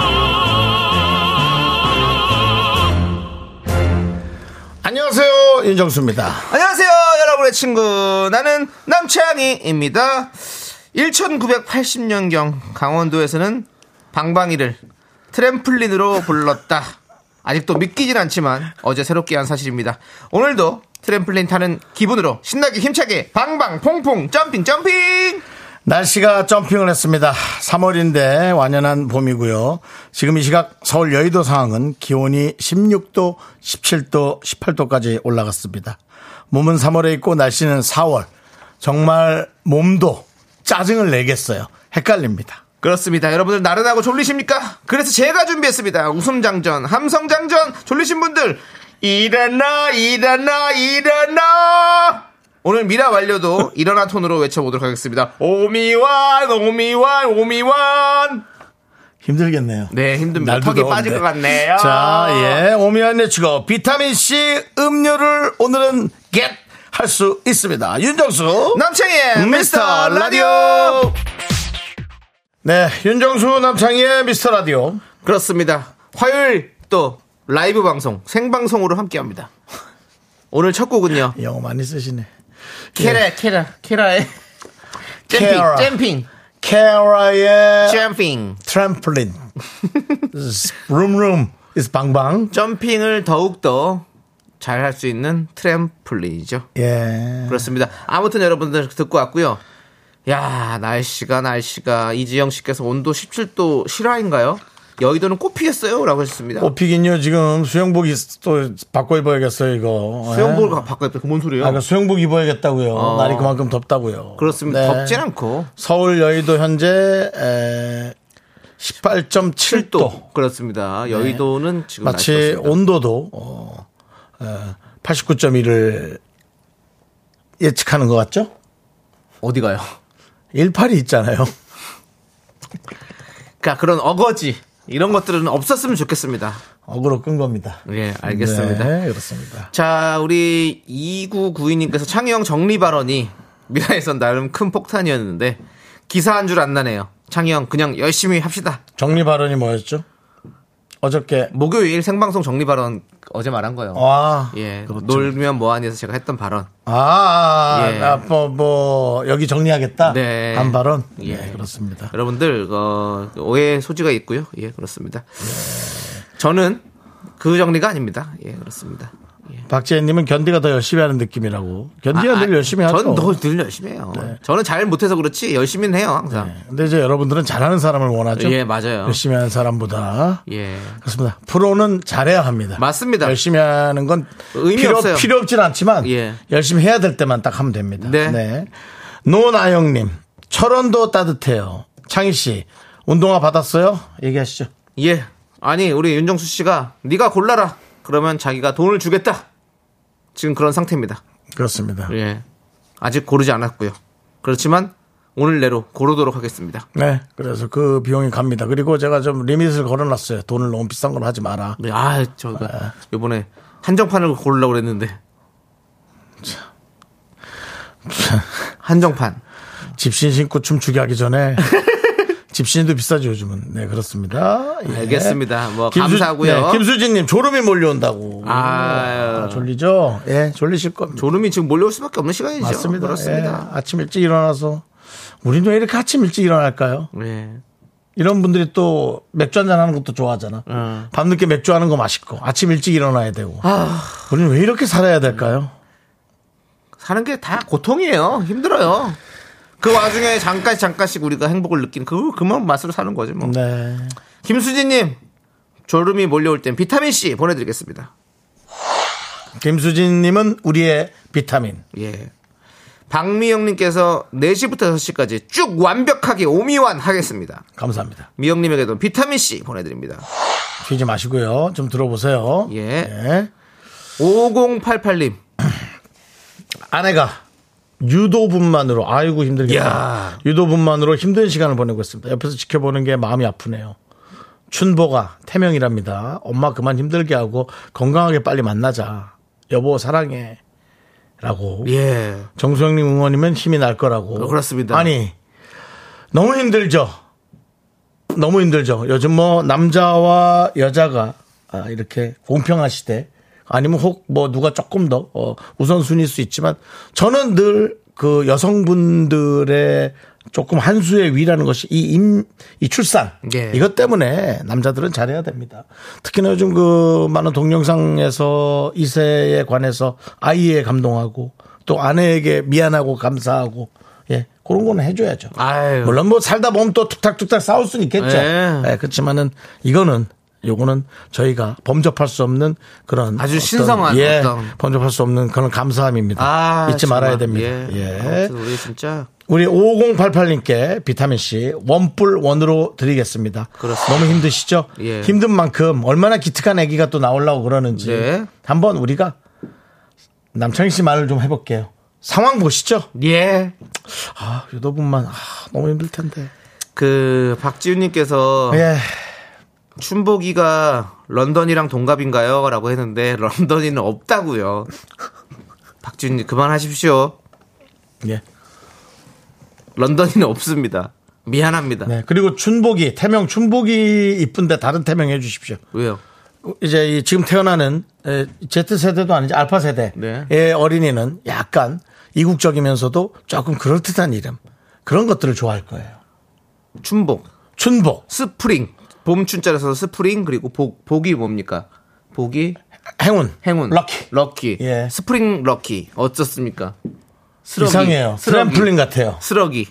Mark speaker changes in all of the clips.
Speaker 1: 안녕하세요 윤정수입니다.
Speaker 2: 안녕하세요, 여러분의 친구. 나는 남창희입니다. 1980년경 강원도에서는 방방이를 트램플린으로 불렀다. 아직도 믿기진 않지만 어제 새롭게 한 사실입니다. 오늘도 트램플린 타는 기분으로 신나게 힘차게 방방 퐁퐁 점핑 점핑
Speaker 1: 날씨가 점핑을 했습니다. 3월인데 완연한 봄이고요. 지금 이 시각 서울 여의도 상황은 기온이 16도, 17도, 18도까지 올라갔습니다. 몸은 3월에 있고 날씨는 4월. 정말 몸도 짜증을 내겠어요. 헷갈립니다.
Speaker 2: 그렇습니다. 여러분들 나른하고 졸리십니까? 그래서 제가 준비했습니다. 웃음장전, 함성장전, 졸리신 분들, 일어나, 일어나, 일어나! 오늘 미라 완료도 일어나 톤으로 외쳐보도록 하겠습니다. 오미완, 오미완, 오미완!
Speaker 1: 힘들겠네요.
Speaker 2: 네, 힘듭니다.
Speaker 1: 날도
Speaker 2: 턱이 빠질
Speaker 1: 더운데.
Speaker 2: 것 같네요.
Speaker 1: 자, 예. 오미안 내치고 비타민C 음료를 오늘은 겟 할 수 있습니다. 윤정수.
Speaker 2: 남창희의 미스터 라디오!
Speaker 1: 네, 윤정수 남창희의 미스터 라디오.
Speaker 2: 그렇습니다. 화요일 또 라이브 방송, 생방송으로 함께 합니다. 오늘 첫 곡은요.
Speaker 1: 영어 많이 쓰시네.
Speaker 2: 케라, 케라, 케라의
Speaker 1: 케라.
Speaker 2: 잼핑, 잼핑.
Speaker 1: 케라의
Speaker 2: 점핑.
Speaker 1: 트램플린. 룸룸 is 방방.
Speaker 2: 점핑을 더욱더 잘 할 수 있는 트램플린이죠.
Speaker 1: 예.
Speaker 2: 그렇습니다. 아무튼 여러분들 듣고 왔고요. 야 날씨가 날씨가 이지영 씨께서 온도 17도 실화인가요? 여의도는 꽃 피겠어요? 라고 하셨습니다.
Speaker 1: 옷피긴요 지금 수영복 있- 또 바꿔 입어야겠어요 이거.
Speaker 2: 수영복을
Speaker 1: 예.
Speaker 2: 가- 바꿔야 돼. 그뭔 소리예요?
Speaker 1: 아, 그러니까 수영복 입어야겠다고요.
Speaker 2: 어.
Speaker 1: 날이 그만큼 덥다고요.
Speaker 2: 그렇습니다.
Speaker 1: 네.
Speaker 2: 덥진 않고
Speaker 1: 서울 여의도 현재 에, 18.7도. 네.
Speaker 2: 7도. 그렇습니다. 여의도는 지금
Speaker 1: 마치
Speaker 2: 날씨가
Speaker 1: 온도도 어, 89.1을 예측하는 것 같죠?
Speaker 2: 어디 가요?
Speaker 1: 18이 있잖아요.
Speaker 2: 그러니까 그런 어거지 이런 것들은 없었으면 좋겠습니다.
Speaker 1: 어그로 끈 겁니다.
Speaker 2: 예, 알겠습니다.
Speaker 1: 네, 그렇습니다.
Speaker 2: 자, 우리 2992님께서 창희형 정리 발언이 미라에선 나름 큰 폭탄이었는데 기사한 줄 안 나네요. 창희형 그냥 열심히 합시다.
Speaker 1: 정리 발언이 뭐였죠? 어저께
Speaker 2: 목요일 생방송 정리 발언 어제 말한 거예요.
Speaker 1: 와,
Speaker 2: 예,
Speaker 1: 그렇죠.
Speaker 2: 놀면 뭐하니에서 제가 했던 발언.
Speaker 1: 아, 아, 아,
Speaker 2: 예.
Speaker 1: 아, 뭐, 뭐 여기 정리하겠다.
Speaker 2: 네.
Speaker 1: 한 발언.
Speaker 2: 예.
Speaker 1: 네, 그렇습니다.
Speaker 2: 여러분들 어, 오해 소지가 있고요. 예, 그렇습니다. 저는 그 정리가 아닙니다. 예, 그렇습니다.
Speaker 1: 박재현님은 견디가 더 열심히 하는 느낌이라고. 견디가 늘 열심히 하죠.
Speaker 2: 아,
Speaker 1: 네.
Speaker 2: 전늘 열심히 해요. 저는 잘 못해서 그렇지 열심히는 해요 항상.
Speaker 1: 근데 이제 여러분들은 잘하는 사람을 원하죠.
Speaker 2: 예, 맞아요.
Speaker 1: 네. 열심히 하는 사람보다.
Speaker 2: 예.
Speaker 1: 그렇습니다. 프로는 잘해야 합니다.
Speaker 2: 맞습니다.
Speaker 1: 열심히 하는 건
Speaker 2: 의미
Speaker 1: 필요,
Speaker 2: 없어요.
Speaker 1: 필요 없진 않지만
Speaker 2: 예.
Speaker 1: 열심히 해야 될 때만 딱 하면 됩니다.
Speaker 2: 네.
Speaker 1: 노나영님, 철원도 따뜻해요. 창희 씨, 운동화 받았어요? 얘기하시죠.
Speaker 2: 예. 아니 우리 윤정수 씨가 네가 골라라. 그러면 자기가 돈을 주겠다. 지금 그런 상태입니다.
Speaker 1: 그렇습니다.
Speaker 2: 예. 아직 고르지 않았고요. 그렇지만 오늘 내로 고르도록 하겠습니다.
Speaker 1: 네. 그래서 그 비용이 갑니다. 그리고 제가 좀 리밋을 걸어놨어요. 돈을 너무 비싼 걸 하지 마라.
Speaker 2: 네, 아, 저 요번에 한정판을 고르려고 그랬는데. 한정판.
Speaker 1: 집신 신고 춤추게 하기 전에. 집신도 비싸죠, 요즘은. 네, 그렇습니다. 예. 네,
Speaker 2: 알겠습니다. 뭐 감사하고요.
Speaker 1: 김수진님, 졸음이 몰려온다고.
Speaker 2: 아,
Speaker 1: 아, 졸리죠? 예, 졸리실 겁니다.
Speaker 2: 졸음이 지금 몰려올 수밖에 없는 시간이죠.
Speaker 1: 맞습니다.
Speaker 2: 그렇습니다.
Speaker 1: 예, 아침 일찍 일어나서 우린 왜 이렇게 아침 일찍 일어날까요?
Speaker 2: 예.
Speaker 1: 이런 분들이 또 맥주 한잔 하는 것도 좋아하잖아.
Speaker 2: 어.
Speaker 1: 밤늦게 맥주 하는 거 맛있고 아침 일찍 일어나야 되고. 우린 왜 이렇게 살아야 될까요?
Speaker 2: 사는 게 다 고통이에요. 힘들어요. 그 와중에 잠깐 잠깐씩 우리가 행복을 느끼는 그 그만 맛으로 사는 거지 뭐.
Speaker 1: 네.
Speaker 2: 김수진님 졸음이 몰려올 땐 비타민 C 보내드리겠습니다.
Speaker 1: 김수진님은 우리의 비타민.
Speaker 2: 예. 박미영님께서 4시부터 6시까지 쭉 완벽하게 오미완 하겠습니다.
Speaker 1: 감사합니다.
Speaker 2: 미영님에게도 비타민C 보내드립니다.
Speaker 1: 쉬지 마시고요. 좀 들어보세요.
Speaker 2: 예. 5088님.
Speaker 1: 아내가 유도분만으로 아이고 힘들겠다.
Speaker 2: 야.
Speaker 1: 유도분만으로 힘든 시간을 보내고 있습니다. 옆에서 지켜보는 게 마음이 아프네요. 춘보가 태명이랍니다. 엄마 그만 힘들게 하고 건강하게 빨리 만나자. 여보 사랑해. 라고.
Speaker 2: 예.
Speaker 1: 정수영님 응원이면 힘이 날 거라고.
Speaker 2: 어, 그렇습니다.
Speaker 1: 아니, 너무 힘들죠? 너무 힘들죠? 요즘 뭐 남자와 여자가 아, 이렇게 공평한 시대 아니면 혹 뭐 누가 조금 더 어, 우선순위일 수 있지만 저는 늘 그 여성분들의 조금 한 수의 위라는 것이 이 임, 이 출산.
Speaker 2: 예.
Speaker 1: 이것 때문에 남자들은 잘해야 됩니다. 특히나 요즘 그 많은 동영상에서 이세에 관해서 아이에 감동하고 또 아내에게 미안하고 감사하고 예 그런 거는 해줘야죠.
Speaker 2: 아유.
Speaker 1: 물론 뭐 살다 보면 또 툭탁툭탁 싸울 수는 있겠죠.
Speaker 2: 예.
Speaker 1: 예, 그렇지만은 이거는 요거는 저희가 범접할 수 없는 그런
Speaker 2: 아주
Speaker 1: 어떤,
Speaker 2: 신성한
Speaker 1: 예,
Speaker 2: 어떤.
Speaker 1: 범접할 수 없는 그런 감사함입니다.
Speaker 2: 아,
Speaker 1: 잊지
Speaker 2: 정말.
Speaker 1: 말아야 됩니다.
Speaker 2: 예.
Speaker 1: 예.
Speaker 2: 아무튼 우리 진짜
Speaker 1: 우리 5088님께 비타민C 원뿔 원으로 드리겠습니다.
Speaker 2: 그렇습니다.
Speaker 1: 너무 힘드시죠?
Speaker 2: 예.
Speaker 1: 힘든 만큼 얼마나 기특한 아기가 또 나오려고 그러는지
Speaker 2: 네.
Speaker 1: 한번 우리가 남창희 씨 말을 좀 해볼게요. 상황 보시죠.
Speaker 2: 예.
Speaker 1: 아, 유도분만 아, 너무 힘들 텐데.
Speaker 2: 그 박지훈님께서
Speaker 1: 예.
Speaker 2: 춘복이가 런던이랑 동갑인가요? 라고 했는데 런던이는 없다고요. 박지훈님 그만하십시오.
Speaker 1: 예.
Speaker 2: 런던이는 없습니다. 미안합니다.
Speaker 1: 네. 그리고 춘복이 태명 춘복이 이쁜데 다른 태명 해주십시오.
Speaker 2: 왜요?
Speaker 1: 이제 이 지금 태어나는 에, Z 세대도 아니지 알파 세대의
Speaker 2: 네.
Speaker 1: 어린이는 약간 이국적이면서도 조금 그럴듯한 이름 그런 것들을 좋아할 거예요.
Speaker 2: 춘복,
Speaker 1: 춘복,
Speaker 2: 스프링, 봄춘자에서 스프링 그리고 복 복이 뭡니까? 복이
Speaker 1: 행운,
Speaker 2: 행운,
Speaker 1: 럭키.
Speaker 2: 럭키,
Speaker 1: 예.
Speaker 2: 스프링 럭키 어떻습니까? 쓰러기.
Speaker 1: 이상해요.
Speaker 2: 쓰러기.
Speaker 1: 트램플린 같아요.
Speaker 2: 쓰러기,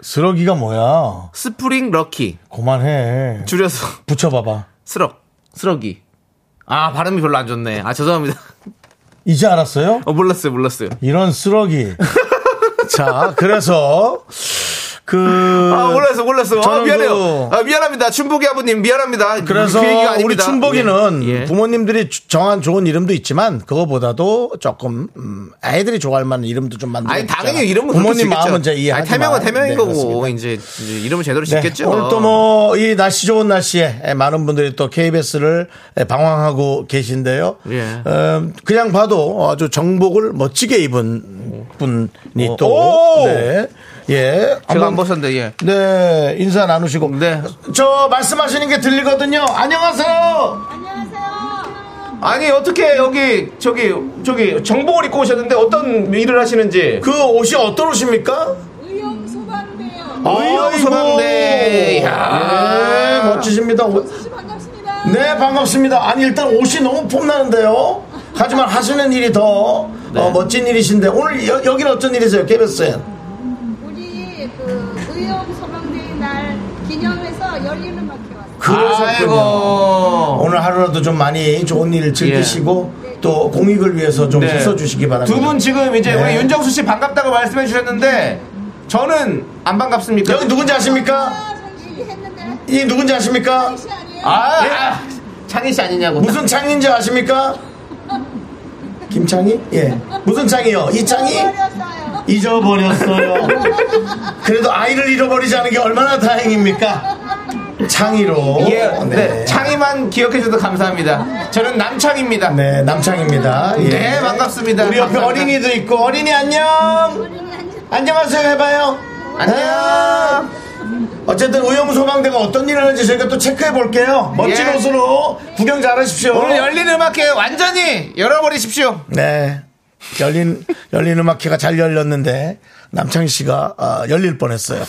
Speaker 1: 쓰러기가 뭐야?
Speaker 2: 스프링 럭키
Speaker 1: 그만해.
Speaker 2: 줄여서
Speaker 1: 붙여봐봐.
Speaker 2: 쓰럭, 쓰러기. 아 발음이 별로 안 좋네. 아 죄송합니다.
Speaker 1: 이제 알았어요?
Speaker 2: 어 몰랐어요, 몰랐어요.
Speaker 1: 이런 쓰러기. 자, 그래서 그
Speaker 2: 아 몰랐어, 몰랐어. 아
Speaker 1: 저는
Speaker 2: 미안해요.
Speaker 1: 그-
Speaker 2: 아 미안합니다. 춘복이 아버님 미안합니다.
Speaker 1: 그래서
Speaker 2: 그 얘기가
Speaker 1: 우리
Speaker 2: 아닙니다.
Speaker 1: 춘복이는
Speaker 2: 예. 예.
Speaker 1: 부모님들이 주- 정한 좋은 이름도 있지만 그거보다도 조금 음, 아이들이 좋아할 만한 이름도 좀 만들어.
Speaker 2: 아니 당연히 이름은 그렇게
Speaker 1: 부모님
Speaker 2: 짓겠죠.
Speaker 1: 마음은 이제 이해하지
Speaker 2: 아니, 태명은
Speaker 1: 만.
Speaker 2: 태명인
Speaker 1: 네,
Speaker 2: 거고 뭐
Speaker 1: 그렇습니다.
Speaker 2: 이제, 이제 이름을 제대로
Speaker 1: 네,
Speaker 2: 짓겠죠.
Speaker 1: 오늘 또 뭐 이 날씨 좋은 날씨에 많은 분들이 또 KBS를 방황하고 계신데요.
Speaker 2: 예.
Speaker 1: 음, 그냥 봐도 아주 정복을 멋지게 입은 분이 또
Speaker 2: 오!
Speaker 1: 네. 예.
Speaker 2: 제가 안
Speaker 1: 한번
Speaker 2: 벗었는데 예.
Speaker 1: 네, 인사 나누시고.
Speaker 2: 네.
Speaker 1: 저 말씀하시는 게 들리거든요. 안녕하세요.
Speaker 2: 아니 어떻게 여기 저기 저기 정복을 입고 오셨는데 어떤 일을 하시는지
Speaker 1: 그 옷이 어떤 옷입니까?
Speaker 3: 의용 소방대요.
Speaker 1: 아이고.
Speaker 2: 소방대. 이야.
Speaker 1: 네, 멋지십니다. 옷.
Speaker 3: 다시 반갑습니다.
Speaker 1: 네, 반갑습니다. 아니, 일단 옷이 너무 폼나는데요. 하지만 하시는 일이 더 어, 멋진 일이신데, 오늘 여, 여기는 어쩐 일이세요, KBS에?
Speaker 3: 우리 그 의용 소방대 날 기념해서 열리는 마켓 왔어요.
Speaker 1: 그러셨군요.
Speaker 2: 아이고.
Speaker 1: 오늘 하루라도 좀 많이 좋은 일 즐기시고, 또 공익을 위해서 좀
Speaker 2: 네.
Speaker 1: 힘써주시기 바랍니다.
Speaker 2: 두 분 지금 이제
Speaker 1: 네.
Speaker 2: 우리 윤정수 씨 반갑다고 말씀해 주셨는데 저는 안 반갑습니까?
Speaker 1: 여기 누군지 아십니까?
Speaker 3: 아, 사실 했는데
Speaker 1: 이 누군지 아십니까?
Speaker 3: 사실 아니에요.
Speaker 2: 아,
Speaker 1: 예.
Speaker 2: 아, 창희 씨 아니냐고.
Speaker 1: 무슨 창인지 아십니까? 김창희? 예. 무슨 창이요? 이 창이?
Speaker 3: 버렸어요.
Speaker 1: 잊어버렸어요. 그래도 아이를 잃어버리지 않은 게 얼마나 다행입니까? 창의로.
Speaker 2: 예, 네. 창희만 기억해 주셔서 감사합니다. 저는 남창입니다.
Speaker 1: 네, 남창입니다. 예.
Speaker 2: 네, 반갑습니다.
Speaker 1: 우리 옆에
Speaker 2: 감사합니다.
Speaker 1: 어린이도 있고, 어린이 안녕!
Speaker 3: 우리는 한참
Speaker 1: 안녕하세요, 해봐요. 네.
Speaker 2: 안녕.
Speaker 1: 어쨌든 의용소방대가 어떤 일을 하는지 저희가 또 체크해 볼게요. 멋진
Speaker 2: 예.
Speaker 1: 옷으로 구경 잘하십시오.
Speaker 2: 오늘 열린 음악회 완전히 열어버리십시오.
Speaker 1: 네. 열린, 열린 음악회가 잘 열렸는데, 남창희 씨가 아, 열릴 뻔했어요.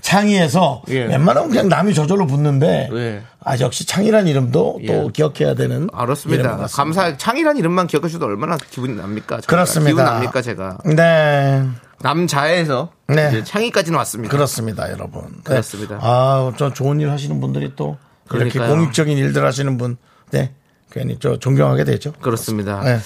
Speaker 1: 창의에서
Speaker 2: 예.
Speaker 1: 웬만하면 그냥 남이 저절로 붙는데,
Speaker 2: 예.
Speaker 1: 아, 역시 창의란 이름도 또
Speaker 2: 예.
Speaker 1: 기억해야 되는. 이름인 것
Speaker 2: 알았습니다.
Speaker 1: 같습니다.
Speaker 2: 감사 창이란 이름만 기억해 주셔도 얼마나 기분이 납니까? 저희가.
Speaker 1: 그렇습니다.
Speaker 2: 기분 납니까 제가
Speaker 1: 네.
Speaker 2: 남자에서
Speaker 1: 네.
Speaker 2: 이제 창이까지는 왔습니다.
Speaker 1: 그렇습니다, 여러분. 네.
Speaker 2: 그렇습니다.
Speaker 1: 아, 저 좋은 일 하시는 분들이 또, 이렇게
Speaker 2: 그러니까요.
Speaker 1: 공익적인 일들 하시는 분, 네. 괜히 저 존경하게 되죠.
Speaker 2: 그렇습니다.
Speaker 1: 네.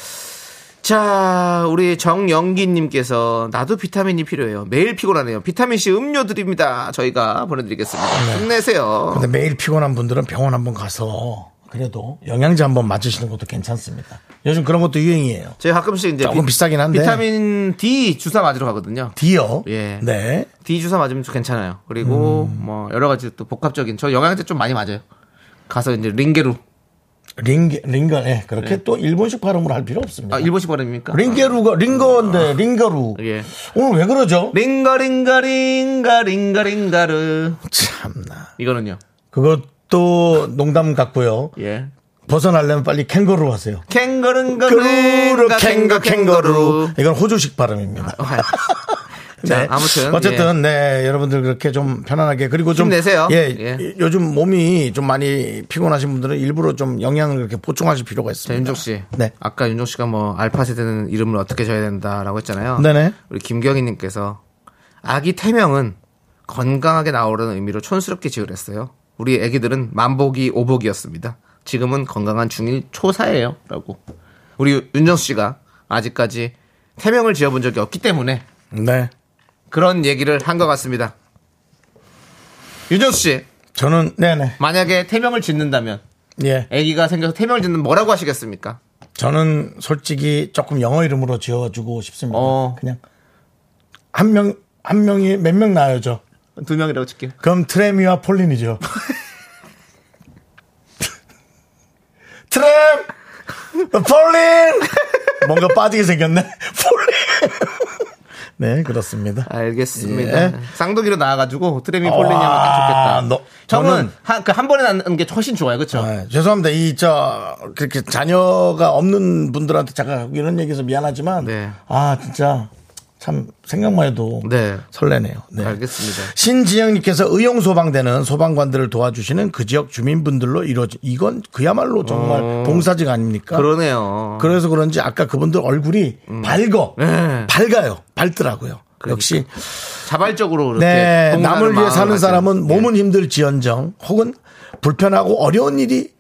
Speaker 2: 자, 우리 정영기님께서 나도 비타민이 필요해요. 매일 피곤하네요. 비타민 C 음료 네. 드립니다. 저희가 보내드리겠습니다. 힘내세요.
Speaker 1: 근데 매일 피곤한 분들은 병원 한번 가서 그래도 영양제 한번 맞으시는 것도 괜찮습니다. 요즘 그런 것도 유행이에요.
Speaker 2: 제가 가끔씩 이제
Speaker 1: 조금 비싸긴 한데.
Speaker 2: 비타민 D 주사 맞으러 가거든요.
Speaker 1: 디어.
Speaker 2: 예.
Speaker 1: 네.
Speaker 2: D 주사 맞으면 좀 괜찮아요. 그리고
Speaker 1: 음.
Speaker 2: 뭐 여러 가지 또 복합적인 저 영양제 좀 많이 맞아요. 가서 이제 링게루
Speaker 1: 링게, 링거, 예. 그렇게 또 일본식 발음으로 할 필요 없습니다.
Speaker 2: 아 일본식 발음입니까?
Speaker 1: 링게루가, 링거인데, 링거루.
Speaker 2: 예. 네.
Speaker 1: 오늘 왜 그러죠?
Speaker 2: 링가 링가 링가 링가 링가르
Speaker 1: 참나.
Speaker 2: 이거는요.
Speaker 1: 그것도 농담 같고요.
Speaker 2: 예.
Speaker 1: 벗어나려면 빨리 캥거루 하세요.
Speaker 2: 캥거른가
Speaker 1: 캥거루,
Speaker 2: 캥가
Speaker 1: 캥거,
Speaker 2: 캥가
Speaker 1: 캥거루.
Speaker 2: 캥거루. 어,
Speaker 1: 이건 호주식 발음입니다.
Speaker 2: 자, 아무튼, 예.
Speaker 1: 어쨌든 네 여러분들 그렇게 좀 편안하게 그리고 좀
Speaker 2: 힘내세요.
Speaker 1: 예,
Speaker 2: 예.
Speaker 1: 요즘 몸이 좀 많이 피곤하신 분들은 일부러 좀 영양을 이렇게 보충하실 필요가
Speaker 2: 자,
Speaker 1: 있습니다.
Speaker 2: 윤종 씨.
Speaker 1: 네.
Speaker 2: 아까 윤종 씨가 뭐 알파 세대는 이름을 어떻게 줘야 된다라고 했잖아요.
Speaker 1: 네네.
Speaker 2: 우리 김경희 님께서 아기 태명은 건강하게 나오라는 의미로 촌스럽게 지으랬어요. 우리 아기들은 만복이 오복이었습니다. 지금은 건강한 중일 초사예요라고. 우리 윤정 씨가 아직까지 태명을 지어본 적이 없기 때문에
Speaker 1: 네.
Speaker 2: 그런 얘기를 한 것 같습니다. 윤정 씨,
Speaker 1: 저는 네네
Speaker 2: 만약에 태명을 짓는다면
Speaker 1: 예
Speaker 2: 아기가 생겨서 태명을 짓는 뭐라고 하시겠습니까?
Speaker 1: 저는 솔직히 조금 영어 이름으로 지어주고 싶습니다.
Speaker 2: 어.
Speaker 1: 그냥 한 명 한 명이 몇 명 나와야죠.
Speaker 2: 두 명이라고 칠게요.
Speaker 1: 그럼 트레미와 폴린이죠. 트램 폴린 뭔가 빠지게 생겼네. 폴린 네 그렇습니다.
Speaker 2: 알겠습니다. 아,
Speaker 1: 예.
Speaker 2: 쌍둥이로 나와가지고 트레미
Speaker 1: 와,
Speaker 2: 폴리니 하면 딱 좋겠다.
Speaker 1: 너-
Speaker 2: 저는
Speaker 1: 저는-
Speaker 2: 한, 그 한 번에 낳는 게 훨씬 좋아요. 그쵸?
Speaker 1: 아, 죄송합니다. 이 저 그렇게 자녀가 없는 분들한테 잠깐 이런 얘기해서 미안하지만
Speaker 2: 네.
Speaker 1: 아 진짜 참 생각만 해도
Speaker 2: 네.
Speaker 1: 설레네요. 네.
Speaker 2: 알겠습니다.
Speaker 1: 신지영님께서 의용 소방대는 소방관들을 도와주시는 그 지역 주민분들로 이루어진 이건 그야말로 정말 봉사직 아닙니까?
Speaker 2: 어. 그러네요.
Speaker 1: 그래서 그런지 아까 그분들 얼굴이 밝어
Speaker 2: 음. 네.
Speaker 1: 밝아요 밝더라고요. 역시
Speaker 2: 자발적으로 그렇게
Speaker 1: 네,
Speaker 2: 봉사하는
Speaker 1: 남을 위해
Speaker 2: 마음을
Speaker 1: 사는
Speaker 2: 가진-
Speaker 1: 사람은
Speaker 2: 예.
Speaker 1: 몸은 힘들지언정 혹은 불편하고 어려운 일이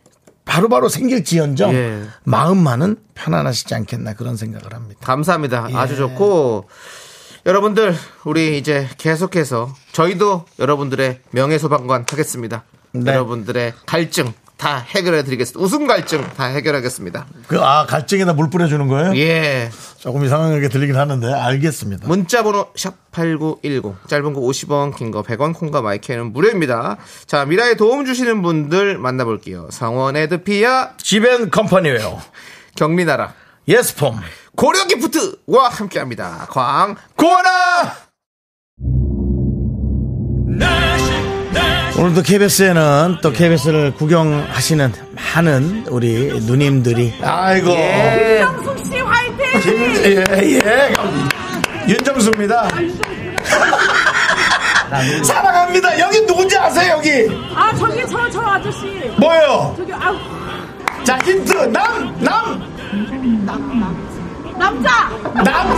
Speaker 1: 바로바로 생길지언정
Speaker 2: 예.
Speaker 1: 마음만은 편안하시지 않겠나 그런 생각을 합니다.
Speaker 2: 감사합니다. 아주 좋고 여러분들 우리 이제 계속해서 저희도 여러분들의 명예소방관 하겠습니다.
Speaker 1: 네.
Speaker 2: 여러분들의 갈증 다 해결해 드리겠습니다. 웃음 갈증 다 해결하겠습니다.
Speaker 1: 그, 아, 갈증에다 물 뿌려주는 거예요?
Speaker 2: 예.
Speaker 1: 조금 이상하게 들리긴 하는데 알겠습니다.
Speaker 2: 네. 문자 번호 샵8910 짧은 거 50원 긴 거 100원 콩과 마이크는 무료입니다. 자, 미라에 도움 주시는 분들 만나볼게요. 성원 에드피아
Speaker 1: 지벤 컴퍼니웨어
Speaker 2: 경리나라
Speaker 1: 예스폼
Speaker 2: 고려기프트와 함께합니다. 광고나
Speaker 4: 내식 내식
Speaker 1: 오늘도 KBS에는 또 KBS를 구경하시는 많은 우리 누님들이 아이고
Speaker 2: 예.
Speaker 1: 예, 예. 윤정수입니다. 사랑합니다. 여기 누군지 아세요, 여기?
Speaker 5: 아 저기 저 저 아저씨
Speaker 1: 뭐예요?
Speaker 5: 저기 아
Speaker 1: 자, 힌트. 남, 남,
Speaker 5: 남자
Speaker 1: 남.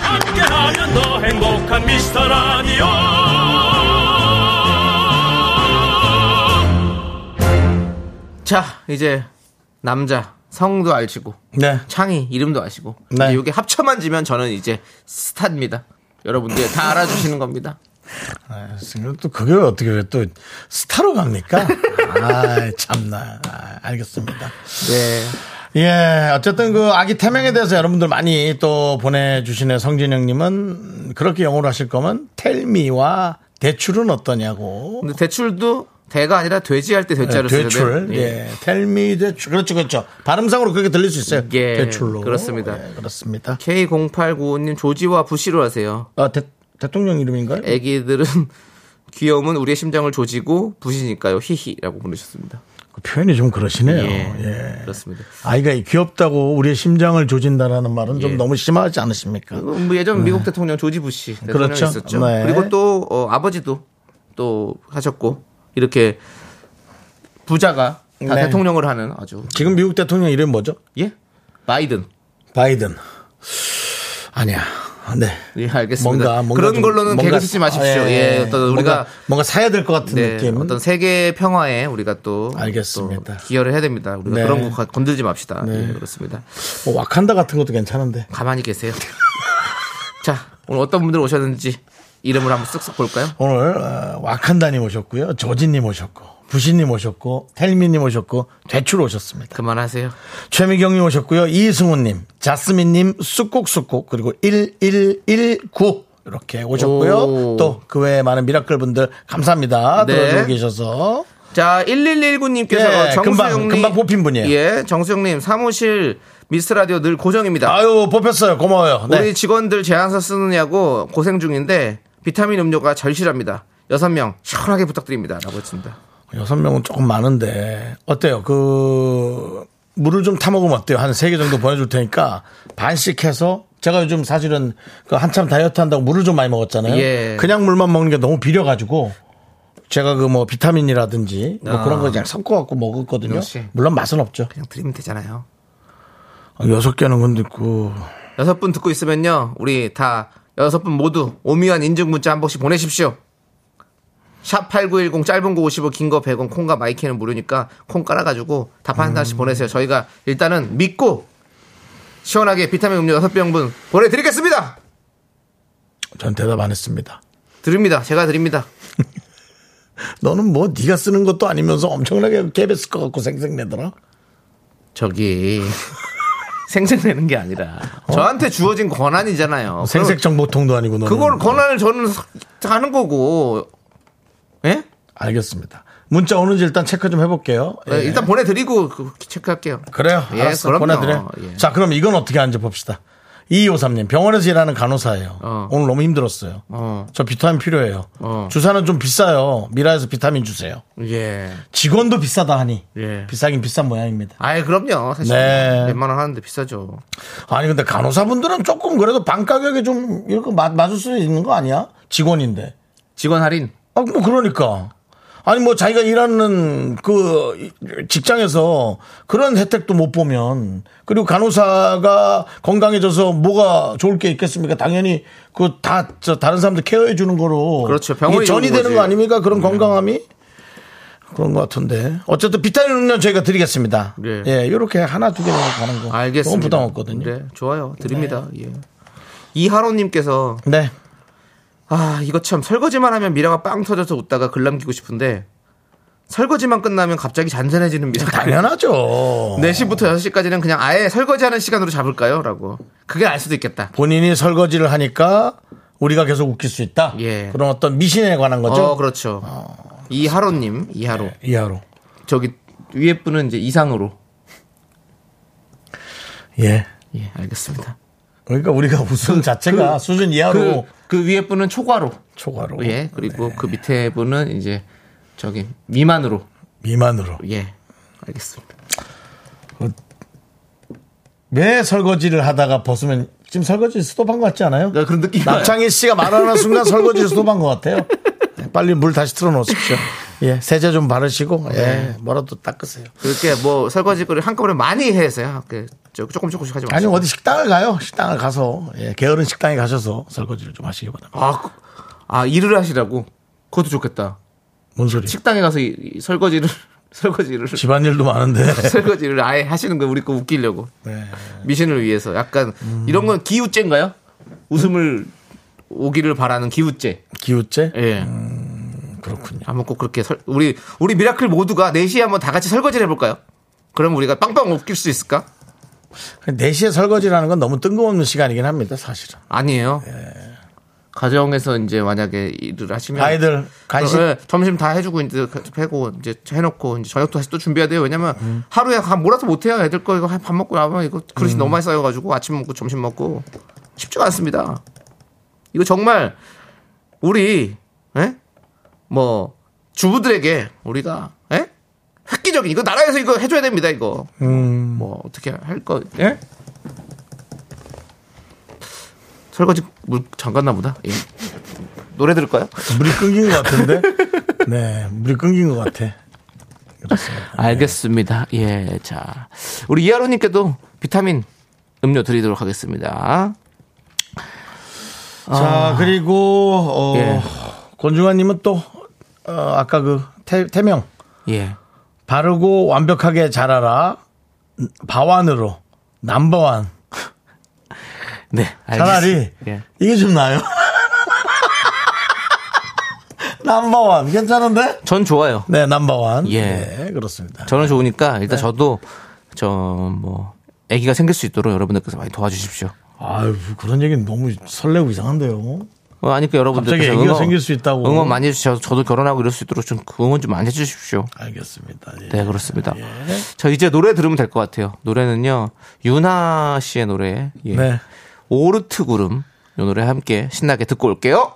Speaker 4: 함께하면 더 행복한 미스터 라디오
Speaker 2: 자, 이제 남자 성도 알시고
Speaker 1: 네.
Speaker 2: 창이 이름도 아시고
Speaker 1: 네.
Speaker 2: 이제 이게 합쳐만 지면 저는 이제 스타입니다. 여러분들 다 알아주시는 겁니다.
Speaker 1: 또 그게 어떻게 왜 또 스타로 갑니까? 아, 참나. 아, 알겠습니다.
Speaker 2: 네.
Speaker 1: 예, 어쨌든 그 아기 태명에 대해서 여러분들 많이 또 보내주시네 성진영님은 그렇게 영어로 하실 거면 텔미와 대출은 어떠냐고.
Speaker 2: 근데 대출도 대가 아니라 돼지 할 때 돼자를
Speaker 1: 네,
Speaker 2: 네, 쓰는데
Speaker 1: 대출. 예. 텔미 대출. 그렇죠, 그렇죠. 발음상으로 그렇게 들릴 수 있어요.
Speaker 2: 예,
Speaker 1: 대출로.
Speaker 2: 그렇습니다.
Speaker 1: 예, 그렇습니다.
Speaker 2: K0895님 조지와 부시로 하세요.
Speaker 1: 아, 대, 대통령 이름인가요?
Speaker 2: 예. 애기들은 귀여움은 우리의 심장을 조지고 부시니까요. 히히라고 보내셨습니다.
Speaker 1: 그 표현이 좀 그러시네요.
Speaker 2: 예,
Speaker 1: 예.
Speaker 2: 그렇습니다.
Speaker 1: 아이가 귀엽다고 우리의 심장을 조진다라는 말은 좀
Speaker 2: 예.
Speaker 1: 너무 심하지 않으십니까?
Speaker 2: 뭐 예전 미국 대통령 조지 부시 대통령
Speaker 1: 네. 그렇죠.
Speaker 2: 있었죠.
Speaker 1: 네.
Speaker 2: 그리고 또 어, 아버지도 또 하셨고 이렇게 부자가 다
Speaker 1: 네.
Speaker 2: 대통령을 하는 아주
Speaker 1: 지금 미국 대통령 이름 뭐죠?
Speaker 2: 예 바이든
Speaker 1: 바이든. 아니야. 네.
Speaker 2: 예 알겠습니다.
Speaker 1: 뭔가, 뭔가
Speaker 2: 그런
Speaker 1: 좀-
Speaker 2: 걸로는
Speaker 1: 뭔가-
Speaker 2: 개그 치지 마십시오.
Speaker 1: 아,
Speaker 2: 예, 어떤 우리가
Speaker 1: 뭔가, 뭔가 사야 될 것 같은
Speaker 2: 네,
Speaker 1: 느낌.
Speaker 2: 어떤 세계 평화에 우리가 또
Speaker 1: 알겠습니다.
Speaker 2: 또 기여를 해야 됩니다. 우리가
Speaker 1: 네.
Speaker 2: 그런 거 건들지 맙시다. 예, 그렇습니다.
Speaker 1: 뭐 와칸다 같은 것도 괜찮은데.
Speaker 2: 가만히 계세요. 자, 오늘 어떤 분들 오셨는지 이름을 한번 쓱쓱 볼까요?
Speaker 1: 오늘 어, 와칸다님 오셨고요. 조진님 오셨고 부신님 오셨고 텔미님 오셨고 대출 오셨습니다.
Speaker 2: 그만하세요.
Speaker 1: 최미경님 오셨고요. 이승우님, 자스민님, 쑥국쑥국 그리고 1119 이렇게 오셨고요.
Speaker 2: 오.
Speaker 1: 또 그 외에 많은 미라클 분들 감사합니다.
Speaker 2: 네.
Speaker 1: 들어주고 계셔서
Speaker 2: 자, 1119님께서
Speaker 1: 예, 금방,
Speaker 2: 정수영님.
Speaker 1: 금방 뽑힌 분이에요.
Speaker 2: 예, 정수영님 사무실 미스라디오 늘 고정입니다.
Speaker 1: 아유 뽑혔어요. 고마워요. 네.
Speaker 2: 우리 직원들 제안서 쓰느냐고 고생 중인데 비타민 음료가 절실합니다. 여섯 명 시원하게 부탁드립니다. 라고 했습니다.
Speaker 1: 여섯 명은 조금 많은데 어때요? 그 물을 좀 타먹으면 어때요? 한 세 개 정도 보내줄 테니까 반씩 해서 제가 요즘 사실은 그 한참 다이어트 한다고 물을 좀 많이 먹었잖아요.
Speaker 2: 예.
Speaker 1: 그냥 물만 먹는 게 너무 비려가지고 제가 그 뭐 비타민이라든지 뭐
Speaker 2: 아.
Speaker 1: 그런 거 그냥 섞어갖고 먹었거든요.
Speaker 2: 역시.
Speaker 1: 물론 맛은 없죠.
Speaker 2: 그냥 드리면 되잖아요.
Speaker 1: 여섯 개는 근데 그
Speaker 2: 여섯 분 듣고 있으면요. 우리 다 여섯 분 모두 오미완 인증 문자 한 번씩 보내십시오. 샵 8910 짧은 거 50원 긴거 100원 콩과 마이키는 무료니까 콩 깔아가지고 답 한 단씩 보내세요. 저희가 일단은 믿고 시원하게 비타민 음료 여섯 병분 보내드리겠습니다.
Speaker 1: 전 대답 안 했습니다.
Speaker 2: 드립니다. 제가 드립니다.
Speaker 1: 너는 뭐 네가 쓰는 것도 아니면서 엄청나게 개bes을 것 같고 생생내더라.
Speaker 2: 저기 생색내는 게 아니라 저한테 주어진 음. 권한이잖아요.
Speaker 1: 생색 정보통도 아니고 너는.
Speaker 2: 그걸 권한을 저는 하는 거고 예?
Speaker 1: 알겠습니다. 문자 오는지 일단 체크 좀 해볼게요.
Speaker 2: 네,
Speaker 1: 예.
Speaker 2: 일단 보내드리고 그- 체크할게요.
Speaker 1: 그래요.
Speaker 2: 예,
Speaker 1: 알았어.
Speaker 2: 그럼요.
Speaker 1: 보내드려.
Speaker 2: 예.
Speaker 1: 자, 그럼 이건 어떻게 하는지 봅시다. 2253님, 병원에서 일하는 간호사예요.
Speaker 2: 어.
Speaker 1: 오늘 너무 힘들었어요.
Speaker 2: 어.
Speaker 1: 저 비타민 필요해요.
Speaker 2: 어.
Speaker 1: 주사는 좀 비싸요. 미라에서 비타민 주세요.
Speaker 2: 예.
Speaker 1: 직원도 비싸다 하니.
Speaker 2: 예.
Speaker 1: 비싸긴 비싼 모양입니다.
Speaker 2: 아예 그럼요. 사실
Speaker 1: 네.
Speaker 2: 웬만원 하는데 비싸죠.
Speaker 1: 아니, 근데 간호사분들은 조금 그래도 반 가격에 좀 이렇게 맞, 맞을 수 있는 거 아니야? 직원인데.
Speaker 2: 직원 할인.
Speaker 1: 아, 뭐 그러니까. 아니 뭐 자기가 일하는 그 직장에서 그런 혜택도 못 보면 그리고 간호사가 건강해져서 뭐가 좋을 게 있겠습니까? 당연히 그 다 저 다른 사람들 케어해 주는 거로
Speaker 2: 그렇죠. 병원이
Speaker 1: 이게 전이
Speaker 2: 주는
Speaker 1: 되는
Speaker 2: 거지. 음.
Speaker 1: 거 아닙니까? 그런 건강함이 그런 것 같은데 어쨌든 비타민 음료 저희가 드리겠습니다.
Speaker 2: 네.
Speaker 1: 예, 이렇게 하나 두 개만 가는 거
Speaker 2: 알겠습니다.
Speaker 1: 너무 부담 없거든요. 네.
Speaker 2: 네, 좋아요. 드립니다. 예. 이하로님께서
Speaker 1: 네,
Speaker 2: 아 이거 참 설거지만 하면 미라가 빵 터져서 웃다가 글 남기고 싶은데 설거지만 끝나면 갑자기 잔잔해지는
Speaker 1: 아,
Speaker 2: 미라. 네.
Speaker 1: 당연하죠.
Speaker 2: 4시부터 6시까지는 그냥 아예 설거지하는 시간으로 잡을까요? 라고. 그게 알 수도 있겠다.
Speaker 1: 본인이 설거지를 하니까 우리가 계속 웃길 수 있다.
Speaker 2: 예.
Speaker 1: 그런 어떤 미신에 관한 거죠. 아, 네.
Speaker 2: 어, 그렇죠. 이하로님, 이하로.
Speaker 1: 이하로.
Speaker 2: 저기 위에 분은 이제 이상으로.
Speaker 1: 예.
Speaker 2: 예, 알겠습니다.
Speaker 1: 그러니까 우리가 웃음 자체가
Speaker 2: 그-
Speaker 1: 수준
Speaker 2: 그,
Speaker 1: 이하로
Speaker 2: 그 위에 분은 초과로.
Speaker 1: 초과로
Speaker 2: 예, 그리고 그 밑에 분은 이제 저기 미만으로.
Speaker 1: 미만으로
Speaker 2: 예, 알겠습니다.
Speaker 1: 왜 설거지를 하다가 벗으면 지금 설거지 스톱한 것 같지 않아요?
Speaker 2: 나 그러니까 그런 느낌.
Speaker 1: 남창희 씨가 말하는 순간 설거지 스톱한 것 같아요. 예, 빨리 물 다시 틀어놓으십시오. 예, 세제 좀 바르시고 예, 뭐라도 닦으세요.
Speaker 2: 그렇게 뭐 설거지 거를 한꺼번에 많이 해서요. 그 저- 조금 조금씩 하지
Speaker 1: 아니
Speaker 2: 마세요.
Speaker 1: 어디 식당을 가요? 식당을 가서 예, 게으른 식당에 가셔서 설거지를 좀 하시기 바랍니다.
Speaker 2: 아, 그- 아, 일을 하시라고. 그것도 좋겠다.
Speaker 1: 뭔 소리?
Speaker 2: 식당에 가서 이- 이 설거지를 설거지를
Speaker 1: 집안일도 많은데
Speaker 2: 설거지를 아예 하시는 거 우리 거 웃기려고
Speaker 1: 네.
Speaker 2: 미신을 위해서 약간 이런 건 기우제인가요? 웃음을 오기를 바라는 기우제.
Speaker 1: 기우째?
Speaker 2: 예.
Speaker 1: 그렇군요.
Speaker 2: 한번 꼭 그렇게 설, 우리 우리 미라클 모두가 4시에 한번 다 같이 설거지를 해볼까요? 그럼 우리가 빵빵 웃길 수 있을까?
Speaker 1: 4시에 설거지라는 건 너무 뜬금없는 시간이긴 합니다, 사실은.
Speaker 2: 아니에요. 가정에서 이제 만약에 일을 하시면
Speaker 1: 예. 아이들 간식
Speaker 2: 어, 예, 점심 다 해주고 이제 그, 해고 이제 해놓고 이제 저녁도 다시 또 준비해야 돼요. 왜냐면
Speaker 1: 음.
Speaker 2: 하루에 한 몰아서 못 해요. 애들 거 이거 한- 밥 먹고 나면 이거 그릇이 너무 많이 쌓여가지고 아침 먹고 점심 먹고 쉽지가 않습니다. 이거 정말 우리 예? 뭐 주부들에게 우리가 예? 획기적인 이거 나라에서 이거 해줘야 됩니다. 이거
Speaker 1: 음.
Speaker 2: 뭐 어떻게 할 거? 예? 설거지 물 잠갔나 보다. 예. 노래 들을까요?
Speaker 1: 물이 끊긴 것 같은데. 네, 물이 끊긴 것 같아. 그렇습니다.
Speaker 2: 알겠습니다. 예, 자 우리 이하로님께도 비타민 음료 드리도록 하겠습니다.
Speaker 1: 자, 그리고 어,
Speaker 2: 아. 예.
Speaker 1: 권중환님은 또 어, 아까 그 태, 태명
Speaker 2: 예,
Speaker 1: 바르고 완벽하게 자라라 바완으로 남버완
Speaker 2: 네, 알겠습니다.
Speaker 6: 예.
Speaker 1: 차라리
Speaker 2: 예.
Speaker 1: 이게 좀 나요. 넘버원 괜찮은데?
Speaker 6: 전 좋아요.
Speaker 1: 네 넘버원.
Speaker 6: 예.
Speaker 1: 네, 그렇습니다.
Speaker 6: 저는 좋으니까
Speaker 1: 네.
Speaker 6: 일단 저도 저 뭐 아기가 생길 수 있도록 여러분들께서 많이 도와주십시오.
Speaker 1: 아유 그런 얘기는 너무 설레고 이상한데요.
Speaker 6: 어, 아니까 여러분들께서
Speaker 1: 갑자기 아기가 생길 수 있다고.
Speaker 6: 응원 많이 해주셔서 저도 결혼하고 이럴 수 있도록 좀그 응원 좀 많이 해주십시오.
Speaker 1: 알겠습니다. 예.
Speaker 6: 네 그렇습니다. 저 이제 노래 들으면 될 것 같아요. 노래는요 유나 씨의 노래 예.
Speaker 1: 네.
Speaker 6: 오르트 구름 이 노래 함께 신나게 듣고 올게요.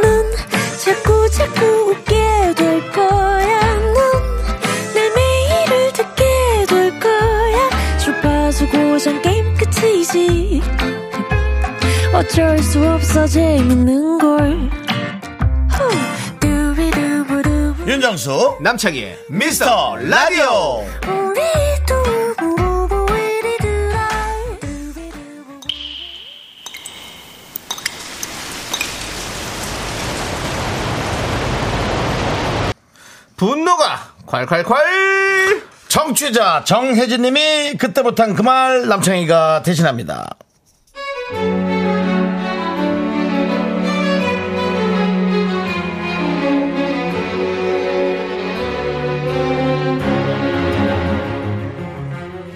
Speaker 7: 넌 자꾸 자꾸 웃게 될 거야. 넌내 매일을 듣게 될 거야. 주파수 고정 게임 끝이지. 어쩔 수 없어 재밌는 걸. 후. 두비두부두부.
Speaker 1: 윤정수
Speaker 2: 남창희의 미스터 라디오
Speaker 7: 우리 두부부부 우리들아. 두비두부.
Speaker 2: 분노가 콸콸콸
Speaker 1: 정취자 정혜진님이 그때 못한 그 말 남창희가 대신합니다.